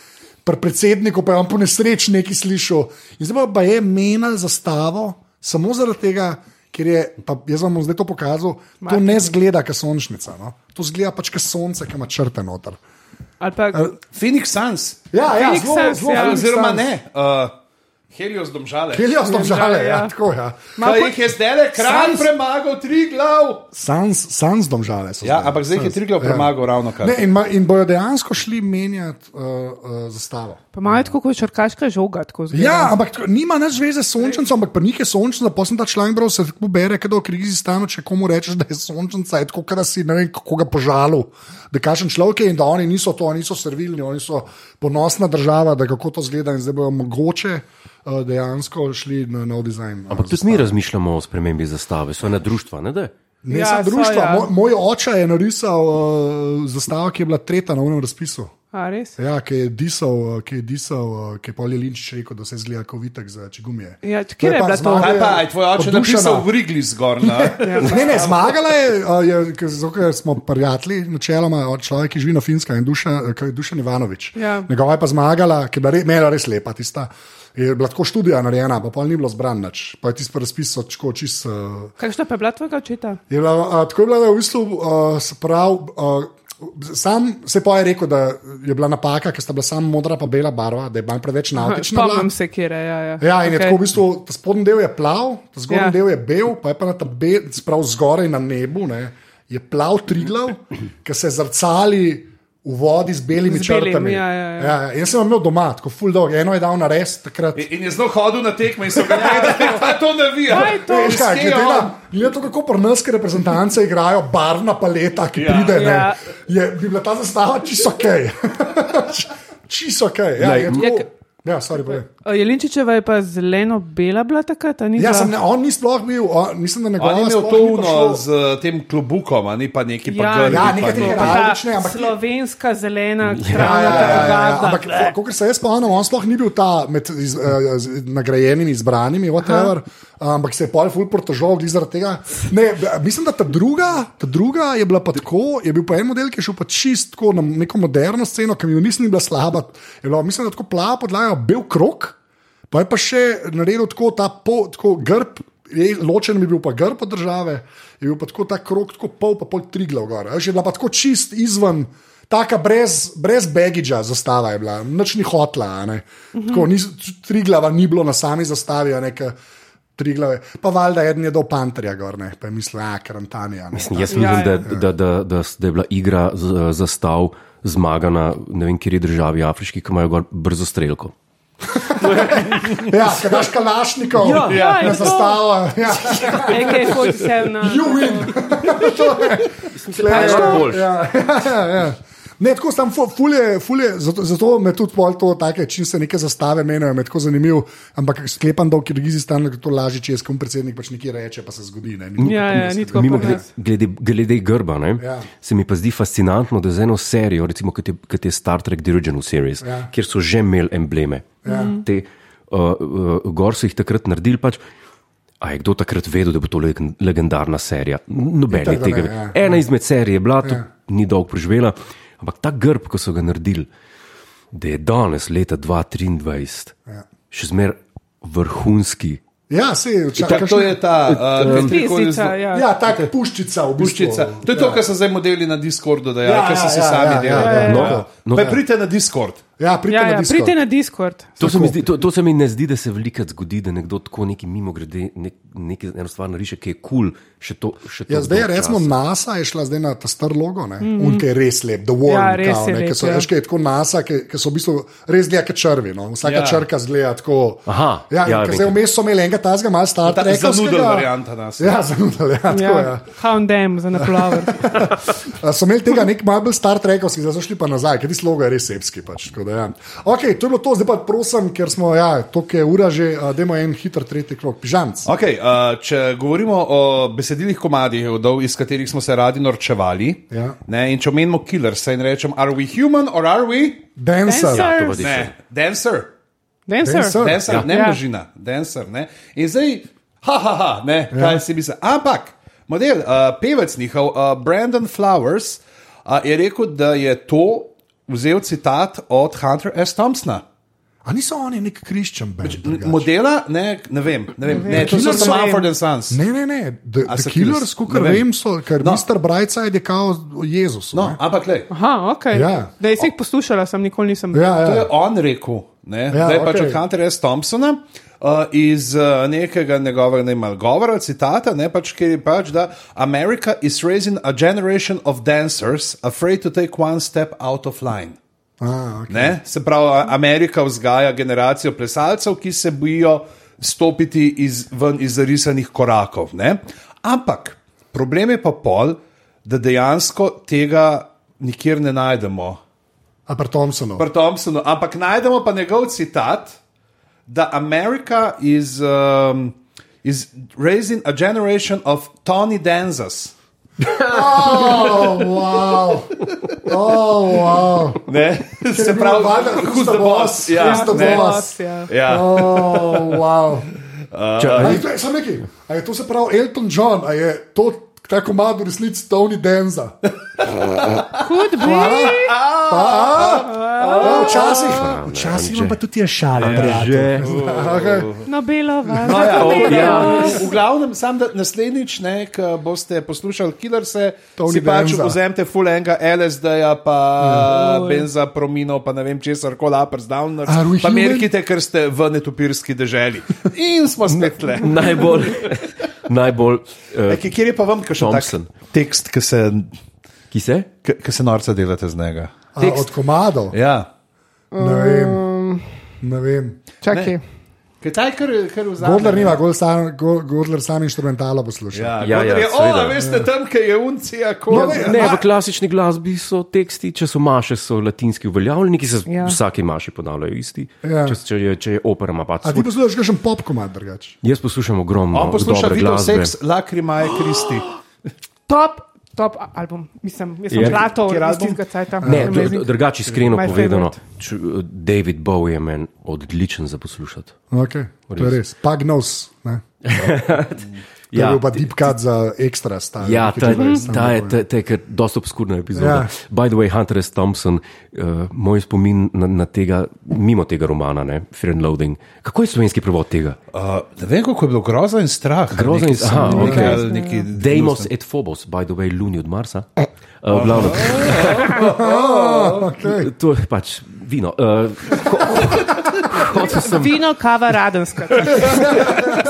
Pri predsedniku pa je on po nesreči nekaj slišal. In zdaj pa- pa je menil zastavo samo zaradi tega, ker je, pa jaz vam bom zdaj to pokazal, to ne zgleda kot sončnica. No? To zgleda pač kot sonce, ki ima črte noter.
ali pa
Phoenix Suns.
Ja, ja,
Phoenix
zelo,
Suns,
zelo
ja.
Phoenix
Oziroma
Suns.
ne. Uh, Helios domžale.
Helios domžale,
Domžale,
ja,
ja.
tako ja.
Kaj jih je zdaj le kran
Suns.
premagal, tri glav.
Sans, sans domžale so.
Ja,
zdaj.
ampak zdaj jih je
Suns,
tri glav
ja.
premagal ravno kar.
Ne, in, ma, in bojo dejansko šli menjati uh, uh, zastavo.
pa malo tako kot črkaška žoga. Tako zgleda.
Ja, ampak tako, nima nič veze s sončnicom, ampak pri njih je sončnica, potem ta članek bral, se tako bere, kot da v Kirgizistanu, če komu rečeš, da je sončnica, je tako, kot da si ne vem, kako ga požalil. Da kažem človek je in da oni niso to, oni so servilni, oni so ponosna država, da kako to zgleda in zdaj bojo mogoče uh, dejansko šli na nov dizajn. no.
Ampak tudi mi razmišljamo o spremembi zastave, so ena društva, ne da?
Ne,
Ja,
ja,
so,
društva.
ja.
Ja. Moj, moj oče je narisal uh, zastavo, ki je bila tretja na unem razpisu.
A, res?
Ja, ki je disal, uh, ki je disal, uh, ki je Pavel Linč rekel, da se zgleda kot vitek za čigumije.
Ja,
To
kje je
pa
bila to?
zmagala
Kaj pa, je tvoj oče
Obdušena.
napisal v Rigli zgor?
*laughs*
na-
Ne, ne, zmagala je, a, je ker- zato ker smo prijatelji, načeloma od človeka, ki živi na Finskem, in duša, eh, kaj je Dušan Ivanovič.
Ja.
Njegova je pa zmagala, ki je bila re- imela res lepa tista. Je bila tako študija narejena, pa pol ni bilo zbran nič. Pa je tisti razpis odško čist. Uh,
Kakšna pa je bila tvojega očeta?
eh, je bila, a, tako je bila v bistvu, uh, se eh, pravi, uh, Sam se pa je rekel, da je bila napaka, ker sta bila samo modra in bela barva, da je bila preveč navtična. bila.
Spomnim se, kje je. Ja, ja.
Ja, in okay. je
Okej.
tako v bistvu, ta spodnji del je plav, ta zgornji
Ja.
ja. del je bel, pa je pa na tabeji, sprav zgoraj na nebu, ne, je plav triglav, ki se zrcali v vodi z belimi
Z belim,
črtami.
ja, ja, ja.
Ja, jaz sem jo imel doma, tako full dog, eno je dal na res takrat.
In je zelo hodil na tekme in se ga gledal, da to navija.
Kaj je to?
In
Veš Ja, kaj,
skejo
Glede na,
on.
glede na Ja, to, kako pri nas, ki reprezentance igrajo, barvna paleta, ki
Ja.
ja, pride, ne,
Ja.
je, bi bila ta zastava čisto ok. *laughs* čisto ok. Ja,
Glej,
je
je
tako,
k-
ja, sorry, povej.
Eh, Jelinčičeva je pa zeleno-bela bila takrat, a ni bila?
ja, sem, ne, on ni sploh bil, on, mislim, da ne
On je
govori.
imel to uno z eh, tem klobukom, a ni pa neki pa
Ja,
grli,
ja,
pa
nekateri
to.
ga-
Pa ta
heraldične, ampak-
Slovenska zelena,
Ja, ja,
kravna,
ja, ja, ja.
ta
Ampak,
gada.
kot se jaz spomnim, on sploh ni bil ta med iz, eh, z- nagrajenimi, izbranimi, whatever, ampak se je pol ful portožal glih zaradi tega. Ne, b- mislim, da ta druga, ta druga je bila pa tako, je bil pa en model, ki je šel pa čistko na neko moderno sceno, ki mi jo nisem bila slaba. Je bila, mislim, da tako plava podlaga, bel krok, pa je pa še naredil tako ta po, tako grb. je- Ločen bi bil pa grb od države, je bil pa tako ta krok, tako pol, pa pol tri glav gor. a veš, Je bila pa tako čist izven, taka brez, brez bagidža zastava je bila, noč ni hotla. a ne. Tako, ni, tri glava ni bilo na sami zastavi, a ne, ke tri glave. Pa valjda eden je dal panterja gor, ne, pa je mislil, a karantanija. ne."
Jaz
Ja,
mislim, ja,
ja.
ja. Da, da, da, da, s- da je bila igra z- eh, zastav zmagana, ne vem, kje je državi afriški, ki imajo gor brzo strelko.
Ja, kaj daš kalašnikov,
Ja, ja, je
na
to.
zastavo. Ja.
AK-47.
You win. To je-
pač
Ja,
to boljše.
ja, ja, ja. Ne, tako sem, fulje, fulje, zato, zato me tudi pol to take, čim se neke zastave menijo, me tako zanimiv, ampak sklepam, da v Kirgizistanu je to lažje, če je skom predsednik pač nekaj reče, pa se zgodi. Ne, Ni-
Ja, ja, ni tako
Mimo
pri
glede,
nas.
glede, glede grba, ne,
Ja.
ja. se mi pa zdi fascinantno, da z eno serijo, recimo kot je, kot je Star Trek The Original Series,
Ja.
ja. kjer so že imeli embleme. Ja. Te, uh, uh, gor so jih takrat naredili. Pač, A je kdo takrat vedel, da bo to leg- legendarna serija? Noben je
Itak, da
tega.
ne,
Ne,
ja.
ja. Ena izmed serij je bila, ja. ni dolgo preživela, ampak ta grb, ko so ga naredili, da je danes, leta 2023,
Ja.
ja. še zmeraj vrhunski.
Ja, se
Tako to je ta eh, kaj trikoli z-
Pisnica, ja.
Ja, tako puščica v bistvu.
puščica. To je to, kar so zdaj modeli na Discordu, da
Ja,
ja, kar so
ja,
si
ja,
sami
ja,
delali.
ja, ja,
ja. No,
Pa
ja.
pridite na Discord.
Ja, pridite
Ja,
na
ja,
Discord.
pridite na Discord.
To se, mi zdi, to, to se mi ne zdi, da se velikokrat zgodi, da nekdo tako neki mimo grede, nek, neki eno stvar nariše, ki je kul. Cool, še to, še to
Ja, zdaj je
dolg
recimo
čas.
NASA je šla zdaj na ta star logo, ne? mm -hmm. unke je res lep, The World,
Mhm. Ja, res je
ki
lep,
so
ja.
veš, kaj je tako NASA, ki, ki so v bistvu res gleda kot črvi, no? vsaka
Ja.
ja. črka zgleda tako.
Aha,
ja,
ja,
ja,
vem,
zdaj
kaj.
vmes so imeli enega tazga, malo star,
Ta zanudil
Ja,
varianta nas.
zanudel, ja, tako, ja.
Ja, Hound Dam
*laughs*
za naplavor.
A So imeli tega nek malo bolj star trekovski, zdaj so šli pa nazaj, ker ti sloga je res sepski. Pač, tako da, ja. Ok, to je bilo to, zdaj pa prosim, ker smo, ja, to je ura že, a, dajmo en hiter tretji krok, pižamc.
Okay, uh, če govorimo o besedilih komadih, od- iz katerih smo se radi norčevali,
Ja.
ne, in če omenimo killer, se jim rečem, are we human or are we?
Dancer.
to pa
Dancer.
ti-
Ne, dancer,
Dancer.
Dancer.
dancer ja. ne
Ja.
množina, dancer. Ne. In zdaj, ha, ha, ha, ne, kaj ja. si misli. Ampak, model, uh, pevec njihov, uh, Brandon Flowers, uh, je rekel, da je to vzel citat od Hunter S. Thompsona.
A niso oni nek kriščen bend? drugače?
Modela, ne, ne vem, ne vem, ne, to so
Killers so-
Samanford and Sons.
Ne, ne, ne. The,
A
the
so
Killers,
Killers?
kot
Ne vem.
vem, so, ker
No.
no. Mr. Brightside je kao Jezus.
No, ampak, le.
Aha, ok.
Ja.
Da jaz jih poslušala, sem nikoli nisem.
Ja,
To je
ja.
on rekel, ne? ja,
Ja,
da je okay. pač
okej.
od Hunterja S. Thompsona. Uh, iz uh, nekega njegovega ne, vem, govora, citata, ne, pač, kjer je pač, da America is raising a generation of dancers afraid to take one step out of line.
Ah, okay.
Ne? Se pravi, a- Amerika vzgaja generacijo plesalcev, ki se bojijo stopiti iz, ven iz zarisanih korakov. Ne? Ampak problem je pa pol, da dejansko tega nikjer ne najdemo
A pri Thompsonu.
pri Thompsonu, ampak najdemo pa njegov citat, da America is, um, is raising a generation of Tony Danzas.
Oh, wow. Oh, wow.
Ne? Se
bil
pravi,
valjda
who's the boss? Ja,
Who's the
ne.
boss?
Ja.
Ja.
Oh, wow.
Če,
*laughs* A je to, samo nekaj, a je to se pravi Elton John, a je to Tako ima v resnici Tony Denza.
Kud bi?
Ja, Včasih, včasih imam pa tudi jaz šala, prijatelj.
Že.
Aha,
Nobelova.
No, ja,
nagrada.
ok,
ja.
V glavnem, sam da naslednjič, ne, ko boste poslušali Killerse,
Tony
si pač
Benza.
vzemite full enga LSD-ja, pa benza, promino, pa ne vem česar, kola, upers, downers,
Are we
pa
human?
merkite, ker ste v netopirski deželi. In smo spet tle.
Najbolj, *laughs* najbolj
E,
uh,
ki- Kjer je pa vam kakšen
Thompson.
tak tekst, ki se,
ki se?
ki- ki se norca delate z njega?
a, Od komadov,
Ja.
ne vem.
Um.
Ne vem.
Čakaj.
Kaj taj, kar, kar vzame?
Godler nima, Godler sam, Go- Godler sam instrumentala posluša.
Ja,
Ja,
ja, ja, je,
ja, seveda.
o, veste, tam, ki je uncija, kot.
ne,
Ne, v klasični glasbi so teksti, če so maše, so latinski uveljavljeni, ki se
Ja.
ja. vsaki maši ponavljajo isti.
Ja.
Ja. Če, če, je, če je opera, ima pač
A ti
svoj.
poslušaš kakšen pop komad drugače?
Jaz poslušam ogromno.
On posluša
dobre
video
glasbe.
seks, lakrimaje Kristi.
Top, top album. Mislim, jaz
Ja.
sem
Je.
platov
Kateri
iz
album?
tistega cajta.
Ne,
Uh,
dru-
Amazing.
drugače iskreno
My
povedano,
favorite.
ču, eh, David Bowie je meni odličen za poslušati.
Okay, to je res. Pagnos. ne. To je
Ja.
bil pa deep cut za ekstra star.
Ja,
*laughs*
ta, ta je,
te.
ta, ta je kar dosti obskurna epizoda.
Ja.
Ja. By the way, Hunter S. Thompson, uh, moj spomin na, na tega, mimo tega romana, ne, Fear and Loading. Kako je slovenski prevod tega?
Uh, ne vem, kako je bilo groza in strah.
Groza in-
Neki
aha,
sem-
okej.
ali neki
Deimos et Phobos, by the way, luni od Marsa.
Eh.
Uh, v
*laughs*
glavnem.
Oh, Okay.
to je pač vino. Uh, Hotel sem
Vino, kava, radenska.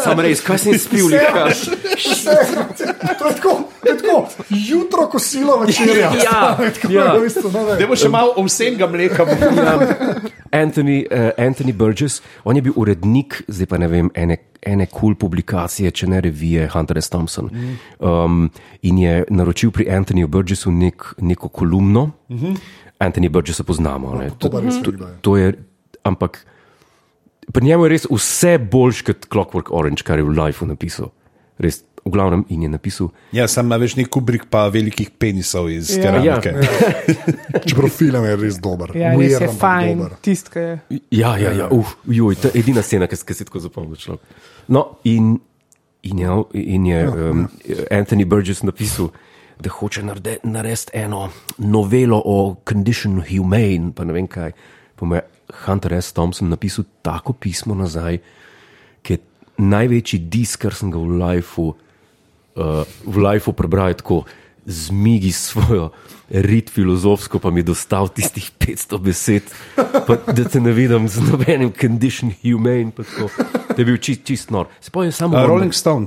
sam res, kaj sem spil, lekaš.
To je tako, to je tako, jutro kosilo večerja. *laughs*
Ja,
tako
ja.
je v bistvu, no, ne.
Dajmo še malo o vsem ga mleka.
Anthony, uh, Anthony Burgess, on je bil urednik, zdaj pa ne vem, ene, ene kul cool publikacije, če ne revije Hunter S. Thompson. Um, in je naročil pri Anthonyju Burgessu nek, neko kolumno. Mm -hmm. Anthony Burgessa poznamo. Ne?
No, to pa res ja.
to,
vem, kdo je.
to je, ampak pri njemu je res vse boljš kot Clockwork Orange, kar je v Lifeu napisal. Res, v glavnem, in je napisal.
Ja, sam imaš nek kubrik pa velikih penisov iz
Ja.
keramike.
Ja.
Čeprav film je res dober.
Ja, res je
Weird, ampak
fajn,
dober.
tist, ki je.
Ja, ja, ja uf, joj, to je edina scena, ki s- ki si tako zapomni človek. No, in, in je, in je um, Anthony Burgess napisal, da hoče narede- narediti eno novelo o Condition Humane, pa ne vem kaj. Pa mu je Hunter S. Thompson napisal tako pismo nazaj, ki je največji disk, kar sem ga v lifeu, uh, v lifeu prebral je tako. Zmigi svojo rit filozofsko, pa mi je dostal tistih 500 besed, pa, da te ne vidim z nobenim condition humane. pa tako. To je bil čist, čist nor. Se pa je samo
Uh, Rolling Stone.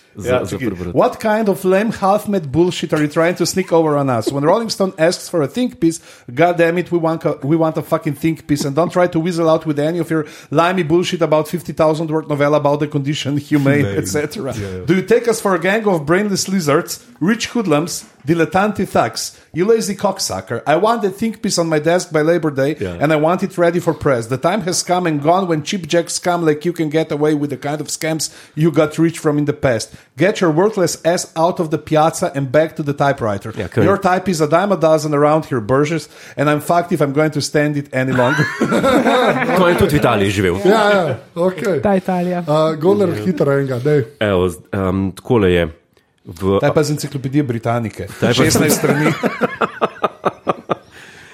za,
Ja,
ja, za
čakaj.
prebrati.
What kind of lame half-mad bullshit are you trying to sneak over on us? When Rolling Stone asks for a think piece, god damn it, we want a, we want a fucking think piece, and don't try to weasel out with any of your limey bullshit about fifty thousand word novella about the condition *laughs* humane, etc. Do you take us for a gang of brainless lizards, rich hoodlums, dilettanti thugs? You lazy cocksucker! I want the think piece on my desk by Labor Day, and I want it ready for press. The time has come and gone when cheapjack scum like you can get away with the kind of scams you got rich from in the past. Get your worthless ass out of the piazza and back to the typewriter.
Yeah, correct.
your type is a dime a dozen around here, Burgess, and I'm fucked if I'm going to stand it any longer.
To je tudi v Italiji živel.
Ja, ja,
*laughs*
okay.
Ta Italija.
uh, Godler, hitro enega, dej.
Evo, z- um, takole je. V,
Ta je pa z enciklopedije Britanike.
je pa-
16 strani.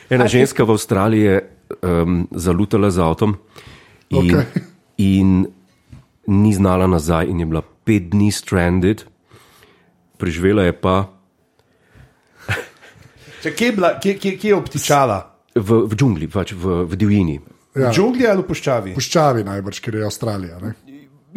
ena ženska v Avstraliji je um, zalutala z avtom in,
Okej.
okay. in ni znala nazaj, in je bila pet dni stranded, preživela je pa
Če, kje, je bila, kje, kje, kje je obtičala?
v, v džungli, pač v, v divjini.
Ja.
Ja.
V džungli ali v puščavi?
Puščavi najbrž, ker je Avstralija. Ne?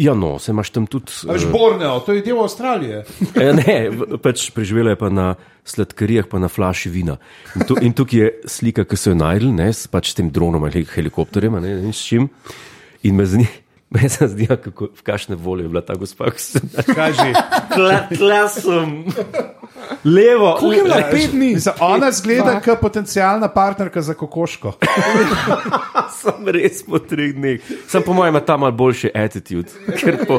Ja, no, se imaš tam tudi.
A Veš,
eh,
Pač Borneo, to je del Avstralije.
Ja, ne, v- pač preživela je pa na sladkarijah, pa na flaši vina. In, tu, in tukaj je slika, ki so jo najdli, ne, s pač s tem dronom ali helikopterjem, a ne, ne vem s čim. In me zdi, *laughs* me se zdi, ja, kako, v kakšne volje je bila ta gospa, ki se je
Kaži.
klasom. Levo,
Ja, mislim, Ona zgleda kot potencijalna partnerka za kokoško.
*laughs* sem res po treh dneh. Sem po mojem ima ta mal boljši attitude, ker po,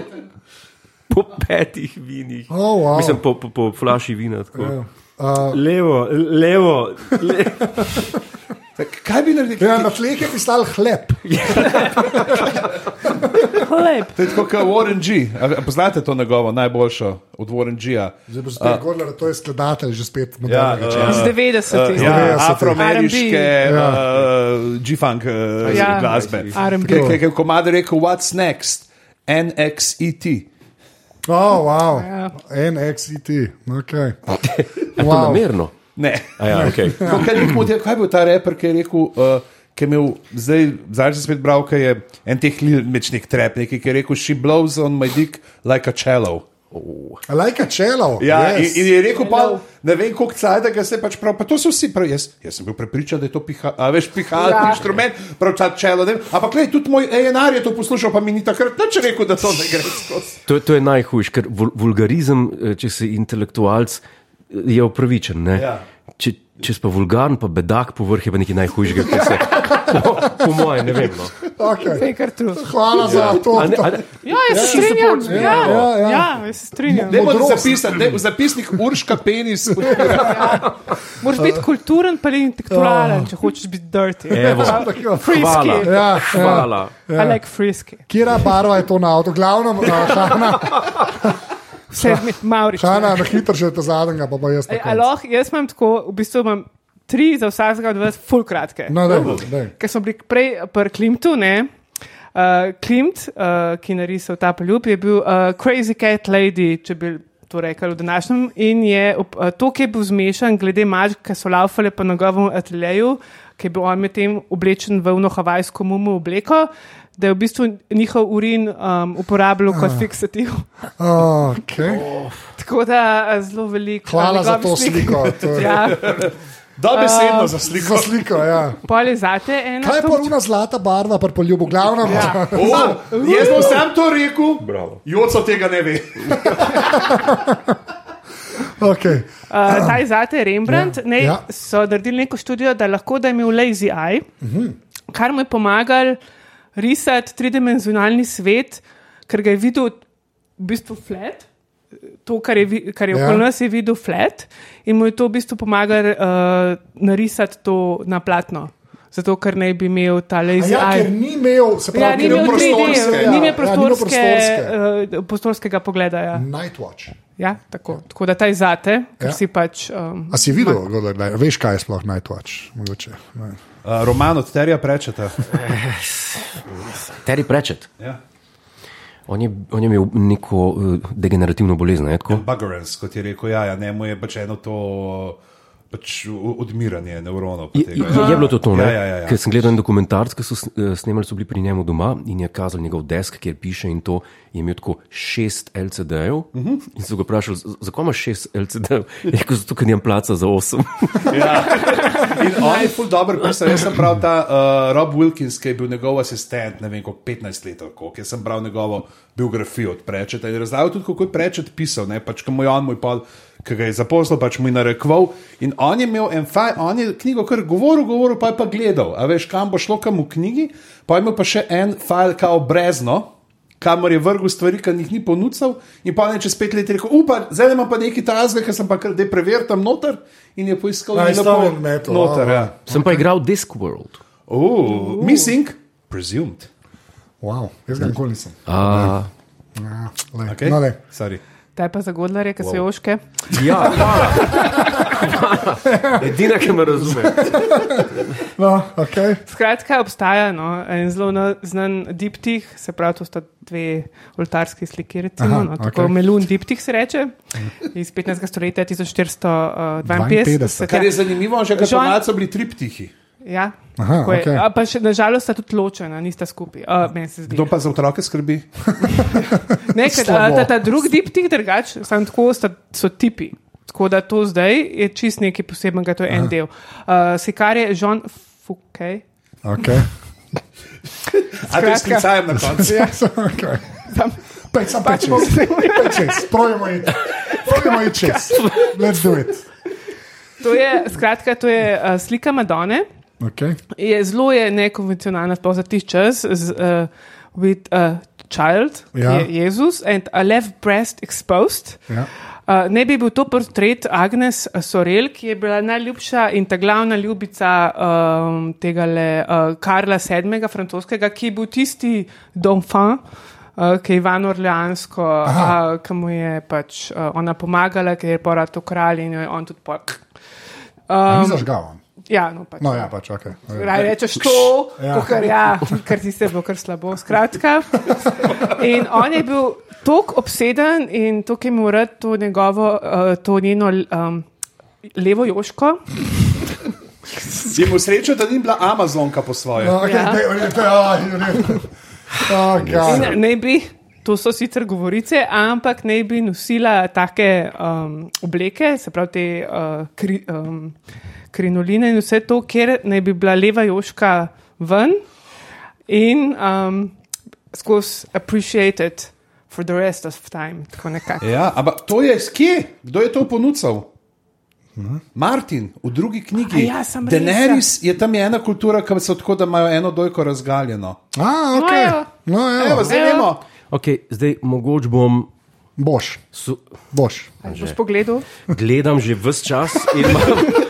po petih vinih.
Oh, wow.
Mislim, po, po, po flaši vina. Tako.
Ja.
Levo, levo, levo.
Tak, kaj bi naredili?
Ja, na tleh je pisal hleb.
Lep.
To je tako kot Warren G. A- a Poznate to njegovo najboljšo od Warren G.
Zdaj bo spet Gordler, to je skladatelj, že spet
Ja,
modernega
eh,
časa.
Z 90-ih.
ja,
devetdesetih.
afroameriške
R&B.
uh, G-funk uh,
Ja.
glasbe.
R&B.
Kaj- Kaj je komad rekel, what's next? E NXET.
Oh, wow.
Ja.
NXT, ok.
Wow.
*laughs* Wow.
Namerno.
Ne.
A Ja,
*laughs*
okay.
Ko- Kaj, je rekel, kaj je bil ta reper, ki je rekel, uh, ki je imel, zdaj, zdaj sem spet bral, ki je en teh limečnih trep, neki, ki je rekel, she blows on my dick like a cello.
Lajka čelo.
Ja, yes.
yes.
in, in je rekel, pa, ne vem, koliko cajt, da se pač prav, pa to so vsi prav. Jaz, jaz sem bil prepričan, da je to piha, a, veš, pihalni ja. inštrument, prav ta čelo. ne vem. Ampak gledaj, tudi moj ENR je to poslušal, pa mi ni takrat nič rekel, da to ne gre *laughs* skozi.
To, je- to je najhujš, ker vul- vulgarizem, eh, če si intelektualc, je upravičen.
Ja.
Ja. Če, če si pa vulgaren, pa bedak povrh je pa nekaj najhujšega, kar se *laughs* po, po mojem ne vem. No.
To
Okay.
je kar true.
Hvala za to.
A ne, a ne,
Ja, jaz se strinjam. Ja,
Ja, ja.
ja, jaz se strinjam.
Ne bomo
Modrost.
zapisali, ne, v zapisnik urška penis. *laughs*
Moraš biti kulturen, pa intelektualen, če hočeš biti dirty.
Evo. Eh, hvala.
Frisky.
Ja, ja.
hvala.
I like frisky.
Kjera barva je to na avtu? Glavno, no, Hanna,
Vse mi Maurič.
Hanna na no, hitro še ta zadnjega, pa pa jaz. na
Ej, Eh, a
koncu.
lahko- Jaz imam tako, v bistvu imam tri za vsakega od vas, full kratke.
No, daj, daj.
Ker smo bili prej pri Klimtu, ne. Uh, Klimt, uh, ki je narisal ta poljub, je bil uh, Crazy Cat Lady, če bi to rekel v današnjem, in je ob, uh, to, ki je bil zmešan glede mačk, ki so laufale po njegovem ateljeju, ki je bil on medtem oblečen v unohavajsko mumu obleko, da je v bistvu njihov urin um, uporabljal
Ah.
kot fiksativ.
Okay.
*laughs* Tako da eh, zelo veliko.
Hvala za
njegovih
to
slik.
sliko. To je
Ja,
Da, besedno za
Za
*laughs* sliko.
sliko, ja.
pol je zate ena.
Kaj je
stopčka.
pa runa zlata barva, pa poljubo, glavno. Ja.
O, jaz bom sam to rekel, Joco tega ne ve.
Okay.
Uh, ta je zate Rembrandt, ja, ne,
Ah. ja.
ja. so naredili neko študijo, da lahko da je imel lazy eye, uh
Mhm.
-huh. kar mu je pomagal risati tridimenzionalni svet, ker ga je videl v bistvu flat. To, kar je, vi- kar je
Ja.
ja. okoli nas, je videl flat in mu je to v bistvu pomagalo uh, narisati to na platno. Zato, ker naj bi imel ta lazy
Ja,
eye.
ker ni imel, se pravi,
Ja, ni
ker je
imel
imel
3D,
prostorske,
ja, ni
ja,
imel prostorske,
Ja, ni imel prostorske.
ja, uh, prostorskega pogleda. Ja.
Night Watch.
Ja, tako. tako da ta je zate, ker
Ja.
ja. si pač. Um,
A si videl, Godler, da, veš, kaj je sploh Night Watch? Mogoče. ne.
Uh, Roman od Terja prečeta.
Terry Prečet.
Ja.
On je, on je imel neko eh, degenerativno bolezen. ne, tako?
Buggerance, Ja, kot je rekel, ja, ja ne, mu je pač eno to pač o- odmiranje nevronov. pa
Je,
tega,
je, je bilo to, to ne?
Ja, ja, ja, ja.
Ker sem gledal en dokumentarc, ki so s- eh, snemali, so bili pri njemu doma in je kazal njegov desk, kjer piše in to je imel tako šest LCD-jev. Uh
Mhm.
-huh. In so ga vprašali, "Z- zakaj imaš šest LCD-jev? *laughs* Je rekel, zato ker nimam placa za osem. *laughs*
In on je ful dobro pisal. Jaz sem bral ta uh, Rob Wilkins, ki je bil njegov asistent, ne vem, koliko 15 let, ali koliko. Jaz sem bral njegovo biografijo od Prečeta in razlagal tudi, kako je Prečet pisal, ne pač, kam je on moj pol. Ki ga je zaposlil, pač mu je narekoval. In on je imel en faj, on je knjigo kar govoril, govoril, pa je pa gledal, a veš, kam bo šlo, kam v knjigi. Pa je imel pa še en fajl, kao brezno, kamor je vrgel stvari, ki jih ni ponudil, in pa je čez pet let rekel: Upam, zdaj imam pa nekaj tazga, ker sem pa kar deprever tam noter in je poiskal
Ja,
in
iz
lepo
tam je metal,
Noter,
a,
ja.
Sem pa igral Discworld.
Uh, missing, presumed.
Wow, jaz ga nikoli nisem.
Uh,
Ja, lej.
Okay?
No, lej.
Sorry.
Ta je pa za godlare, ki wow. se joške.
ja, hvala. Edina, ki me *laughs* razume.
no, okay.
Skratka, obstaja no, en zelo na- znan diptih, se pravi, to sta dve oltarski sliki, recimo,
Aha,
Aha, no, tako
okej.
okay. Melun diptih se reče, iz 15. stoletja eh, 1452.
52.
Kar je zanimivo, že kar
Žan-
pomlad so bili triptihi.
Ja,
Aha,
tako je.
okej.
A pa še nažalost sta tudi ločena, nista skupaj. Uh, meni se zdi.
Kdo pa za otroke skrbi?
Nekaj,
Slabo.
ta, ta, ta drugi diptih drugače, samo tako sta, so tipi. Tako da to zdaj je čist nekaj posebnega, to je Aha. en del. Uh, Sikar je Jean Fouquet.
Okay.
A to
Skratka.
izklicajem na koncu.
Ja, sem okay. Pej, sam pej čez. Pej čez, projemo in projemo in čez. Let's do it.
To je, skratka, to je uh, slika Madone.
Okay.
Je zelo je nekonvencionalna, sploh za tisti čas, z, uh, with a child,
Ja.
ja. je Jezus, and a left breast exposed.
Ja.
Uh, ne bi bil to portret Agnes Sorel, ki je bila najljubša in ta glavna ljubica um, tega le, uh, Karla VII., francoskega, ki je bil tisti Domfan, uh, ki je Ivan Orleansko, uh, ki mu je pač uh, ona pomagala, ker je porat ukrali in jo je on tudi po.
Um,
Um,
Zažgal.
ja, no, pač,
No, ja, pač, okay.
Raje rečeš to,
Ja.
ja. Kar, ja, kar ti se bo kar slabo. Skratka. In on je bil tako obseden in tako je mu rad to njegovo, uh, to njeno um, levo joško.
Je mu srečo, da ni bila Amazonka po svoje.
No, okay,
Ja.
ja. dej, dej, dej, dej, dej. Oh, God.
In naj bi, to so sicer govorice, ampak naj bi nosila take um, obleke, se pravi te uh, kri, um, krinoline in vse to, ker naj bi bila leva joška ven in um, skozi appreciated for the rest of time, tako nekako.
Ja, ampak to je skje, kdo je to ponudil?
No.
Martin v drugi knjigi.
A ja, sem res, ja.
Daenerys je tam je ena kultura, ki so tako, da imajo eno dojko razgaljeno.
Ah, okay.
No, evo.
no,
Evo,
evo.
zdaj
Ja.
vemo.
Okay, zdaj mogoče bom.
Boš,
Su,
boš.
Ali Boš pogledal?
gledam že vse čas in imam.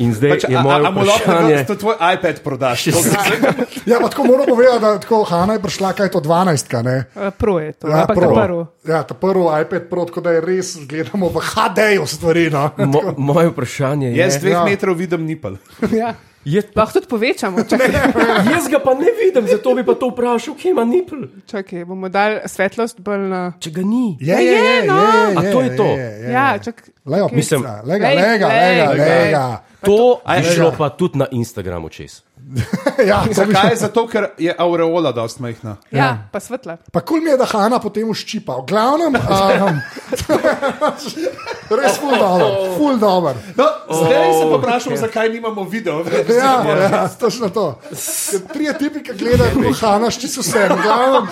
In zdaj
Pač,
je
a-
moje
a- a mu lahko
vprašanje.
to tvoj iPad prodaš? To-
Ja, pa tako moram povedati, da tako, Hanna je prišla, kaj je to 12, ne?
Uh, Pro je to,
Ja,
ampak ta
pro. *laughs*
prvo.
Ja, ta prvi iPad Pro, tako da je res gledamo v HD-ju stvari. No.
Mo, moje vprašanje je,
Jaz dveh
Ja.
metrov vidim nipel.
Ja.
je
Lahko tudi povečamo, čakaj,
jaz ga pa ne vidim, zato bi pa to vprašal, kje ima nipl,
čakaj, bomo dali svetlost bolj na.
če ga ni.
Je,
je, no.
A to je to?
Ja, čakaj.
Lega,
okej.
mislim,
Mislim-
lega,
Lej,
lega,
lej,
lega,
lej.
lega.
To je
ja.
šlo pa tudi na Instagramu čez.
Ja,
Zakaj? Zato, ker je aureola dost majhna.
Ja, pa svetla.
Pa kul mi je, da Hanna potem uščipa. V glavnem, *laughs* um, res ful dober, ful dober.
No, zdaj se pa vprašam, zakaj nimamo video.
Ja, ja, točno to. Ker Trije tipi, ki
Ja,
gledajo, kako Hanna ščiti vse. V glavnem,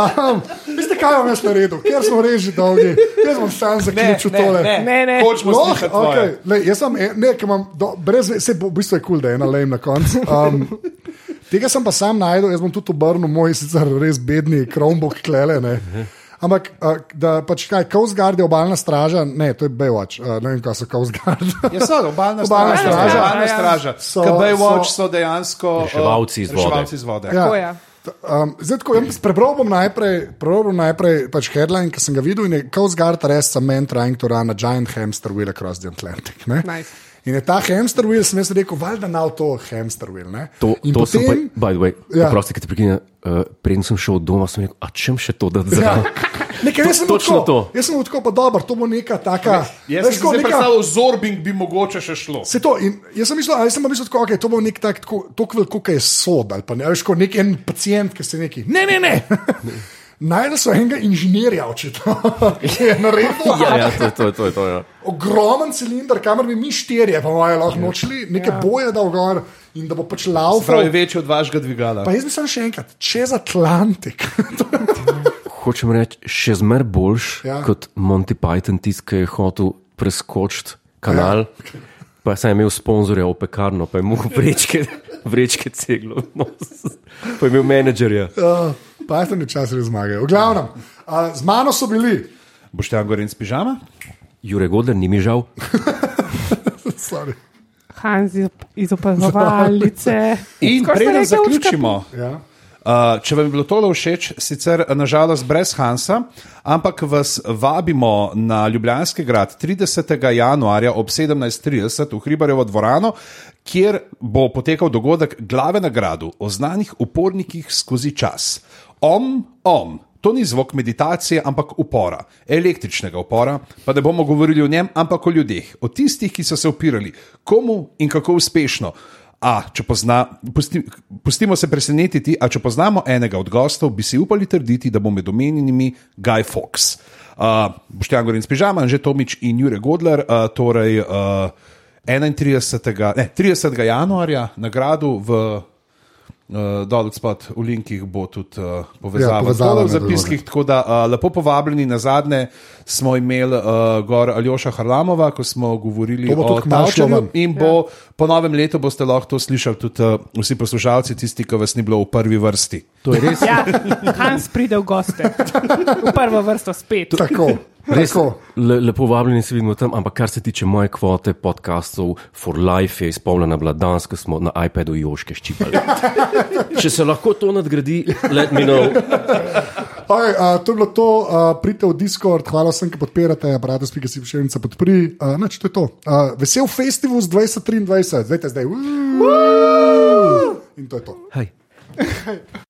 um, veste, kaj vam jaz naredil, ker smo reži dolgi. Jaz bom sam zaključil tole.
Ne, ne.
Hočemo
Loh,
slišati
okay.
tvoje.
Lej, jaz sem en- ne, ki imam, do, brez, ve- saj bo- v bistvu je kul, cool, da je ena lejm na koncu. Um, tega sem pa sam najdel, jaz bom tudi obrnil moj sicer res bedni Chromebook klele. Ne. Ampak, uh, da pač kaj, Coast Guard je obaljna straža, ne, to je Baywatch, uh, ne vem, kaj so Coast Guard.
Ja, so, obalna
Obalna
straža.
straža.
Obalna
Ja, ja.
straža.
So-
Ke Baywatch
so-
so dejansko uh,
Reševalci iz vode.
reševalci iz vode.
Ja.
Tako, ja.
T- Um, zdaj, tako, jaz prebral bom najprej, prebral bom najprej pač headline, ki sem ga videl, in je Coast Guard arrests a man trying to run a giant hamster wheel across the Atlantic. ne.
Nice.
In je ta hamster wheel, sem jaz rekel, valjda na to hamster wheel. ne.
To,
in
to sem pa, by the way,
Ja.
ja. prosti, ki te prekine, uh, preden sem šel od doma, sem rekel, a čem še to, da *laughs*
Ja.
zdaj.
Nekaj, jaz sem bil
Točno
tako,
to.
Jaz sem bil tako, pa dobro, to bo neka taka.
Jaz sem
veš,
si
tako
zdaj predstavljal, zorbing bi mogoče še šlo.
Se to, in jaz sem mislil, ali sem pa mislil, da okay, to bo nek tak, tako tako veliko, kot je sod, ali pa ne, a veš, kot nek en pacijent, ki se neki. Ne, ne, *laughs* ne. Najdel so enega inženirja, očitno, *laughs* ki je naredil
Ja, ja, to je to. je- to, je to ja.
ogromen cilindr, kamor bi mi štirje, pa moje lahko nočili, neke ja. boje dal gor in da bo
Prav
pač
je
laufal.
večji od vašega dvigala.
Pa jaz mislim še enkrat, čez Atlantik. *laughs*
Hočem reči, še zmer boljš
Ja.
ja. kot Monty Python, tisti, ki je hotel preskočiti kanal. Ja. Pa sem imel sponzorja v pekarno, pa je mu vrečke, *laughs* vrečke ceglo, v nos. pa je imel menedžerja.
uh, pa je to nečas res zmage. V glavnem, uh, z mano so bili.
Boš tam goren s pižama?
Jure Godler, ni mi žal.
Sorry.
Hans iz- iz opazovalnice.
In
Skoraj sem
preden
rekla učka.
zaključimo,
Ja.
Uh, če vam je bilo tole všeč, sicer nažalost brez Hansa, ampak vas vabimo na Ljubljanski grad 30. januarja ob 17.30 v Hribarjevo dvorano, kjer bo potekal dogodek Glave na gradu o znanih upornikih skozi čas. Om, om. To ni zvok meditacije, ampak upora, električnega upora, pa ne bomo govorili o njem, ampak o ljudeh, o tistih, ki so se upirali, komu in kako uspešno. A, če pozna, pusti, pustimo se presenetiti, a če poznamo enega od gostov, bi si upali trditi, da bo med omenjenimi Guy Fox. Uh, Boštjan Gorin Spižama, Anže Tomič in Jure Godler, uh, torej uh, 31. Ne, 30. januarja na gradu v. Uh, dol spod v linkih bo tudi uh,
Ja,
povezava,
povezava
ja, v
med
zapiskih. Tako da uh, lepo povabljeni na zadnje, smo imeli uh, gor Aljoša Harlamova, ko smo govorili
To bo
o
tudi kmalu šlo
Tavčarju
ven.
in bo ja. po novem letu boste lahko to slišali tudi uh, vsi poslušalci, tisti, ki vas ni bilo v prvi vrsti.
To je res.
Ja, Hans pride v goste. V prvo vrsto spet.
Tako.
Res,
Tako.
le, lepo vabljeni se vidimo tam, ampak kar se tiče moje kvote podkastov For Life je izpolnjena bila danes, ko smo na iPadu Joške
*laughs*
ščipali. Če se lahko to nadgradi, let me know.
Okay, uh, to je bilo to, uh, pridite v Discord, hvala vsem, ki podpirate, brate, spika si všemnica podpri. Uh, nač, to je to. Uh, vesel festival z 2023, zdaj te zdaj. Uh, in to je to.
Hej.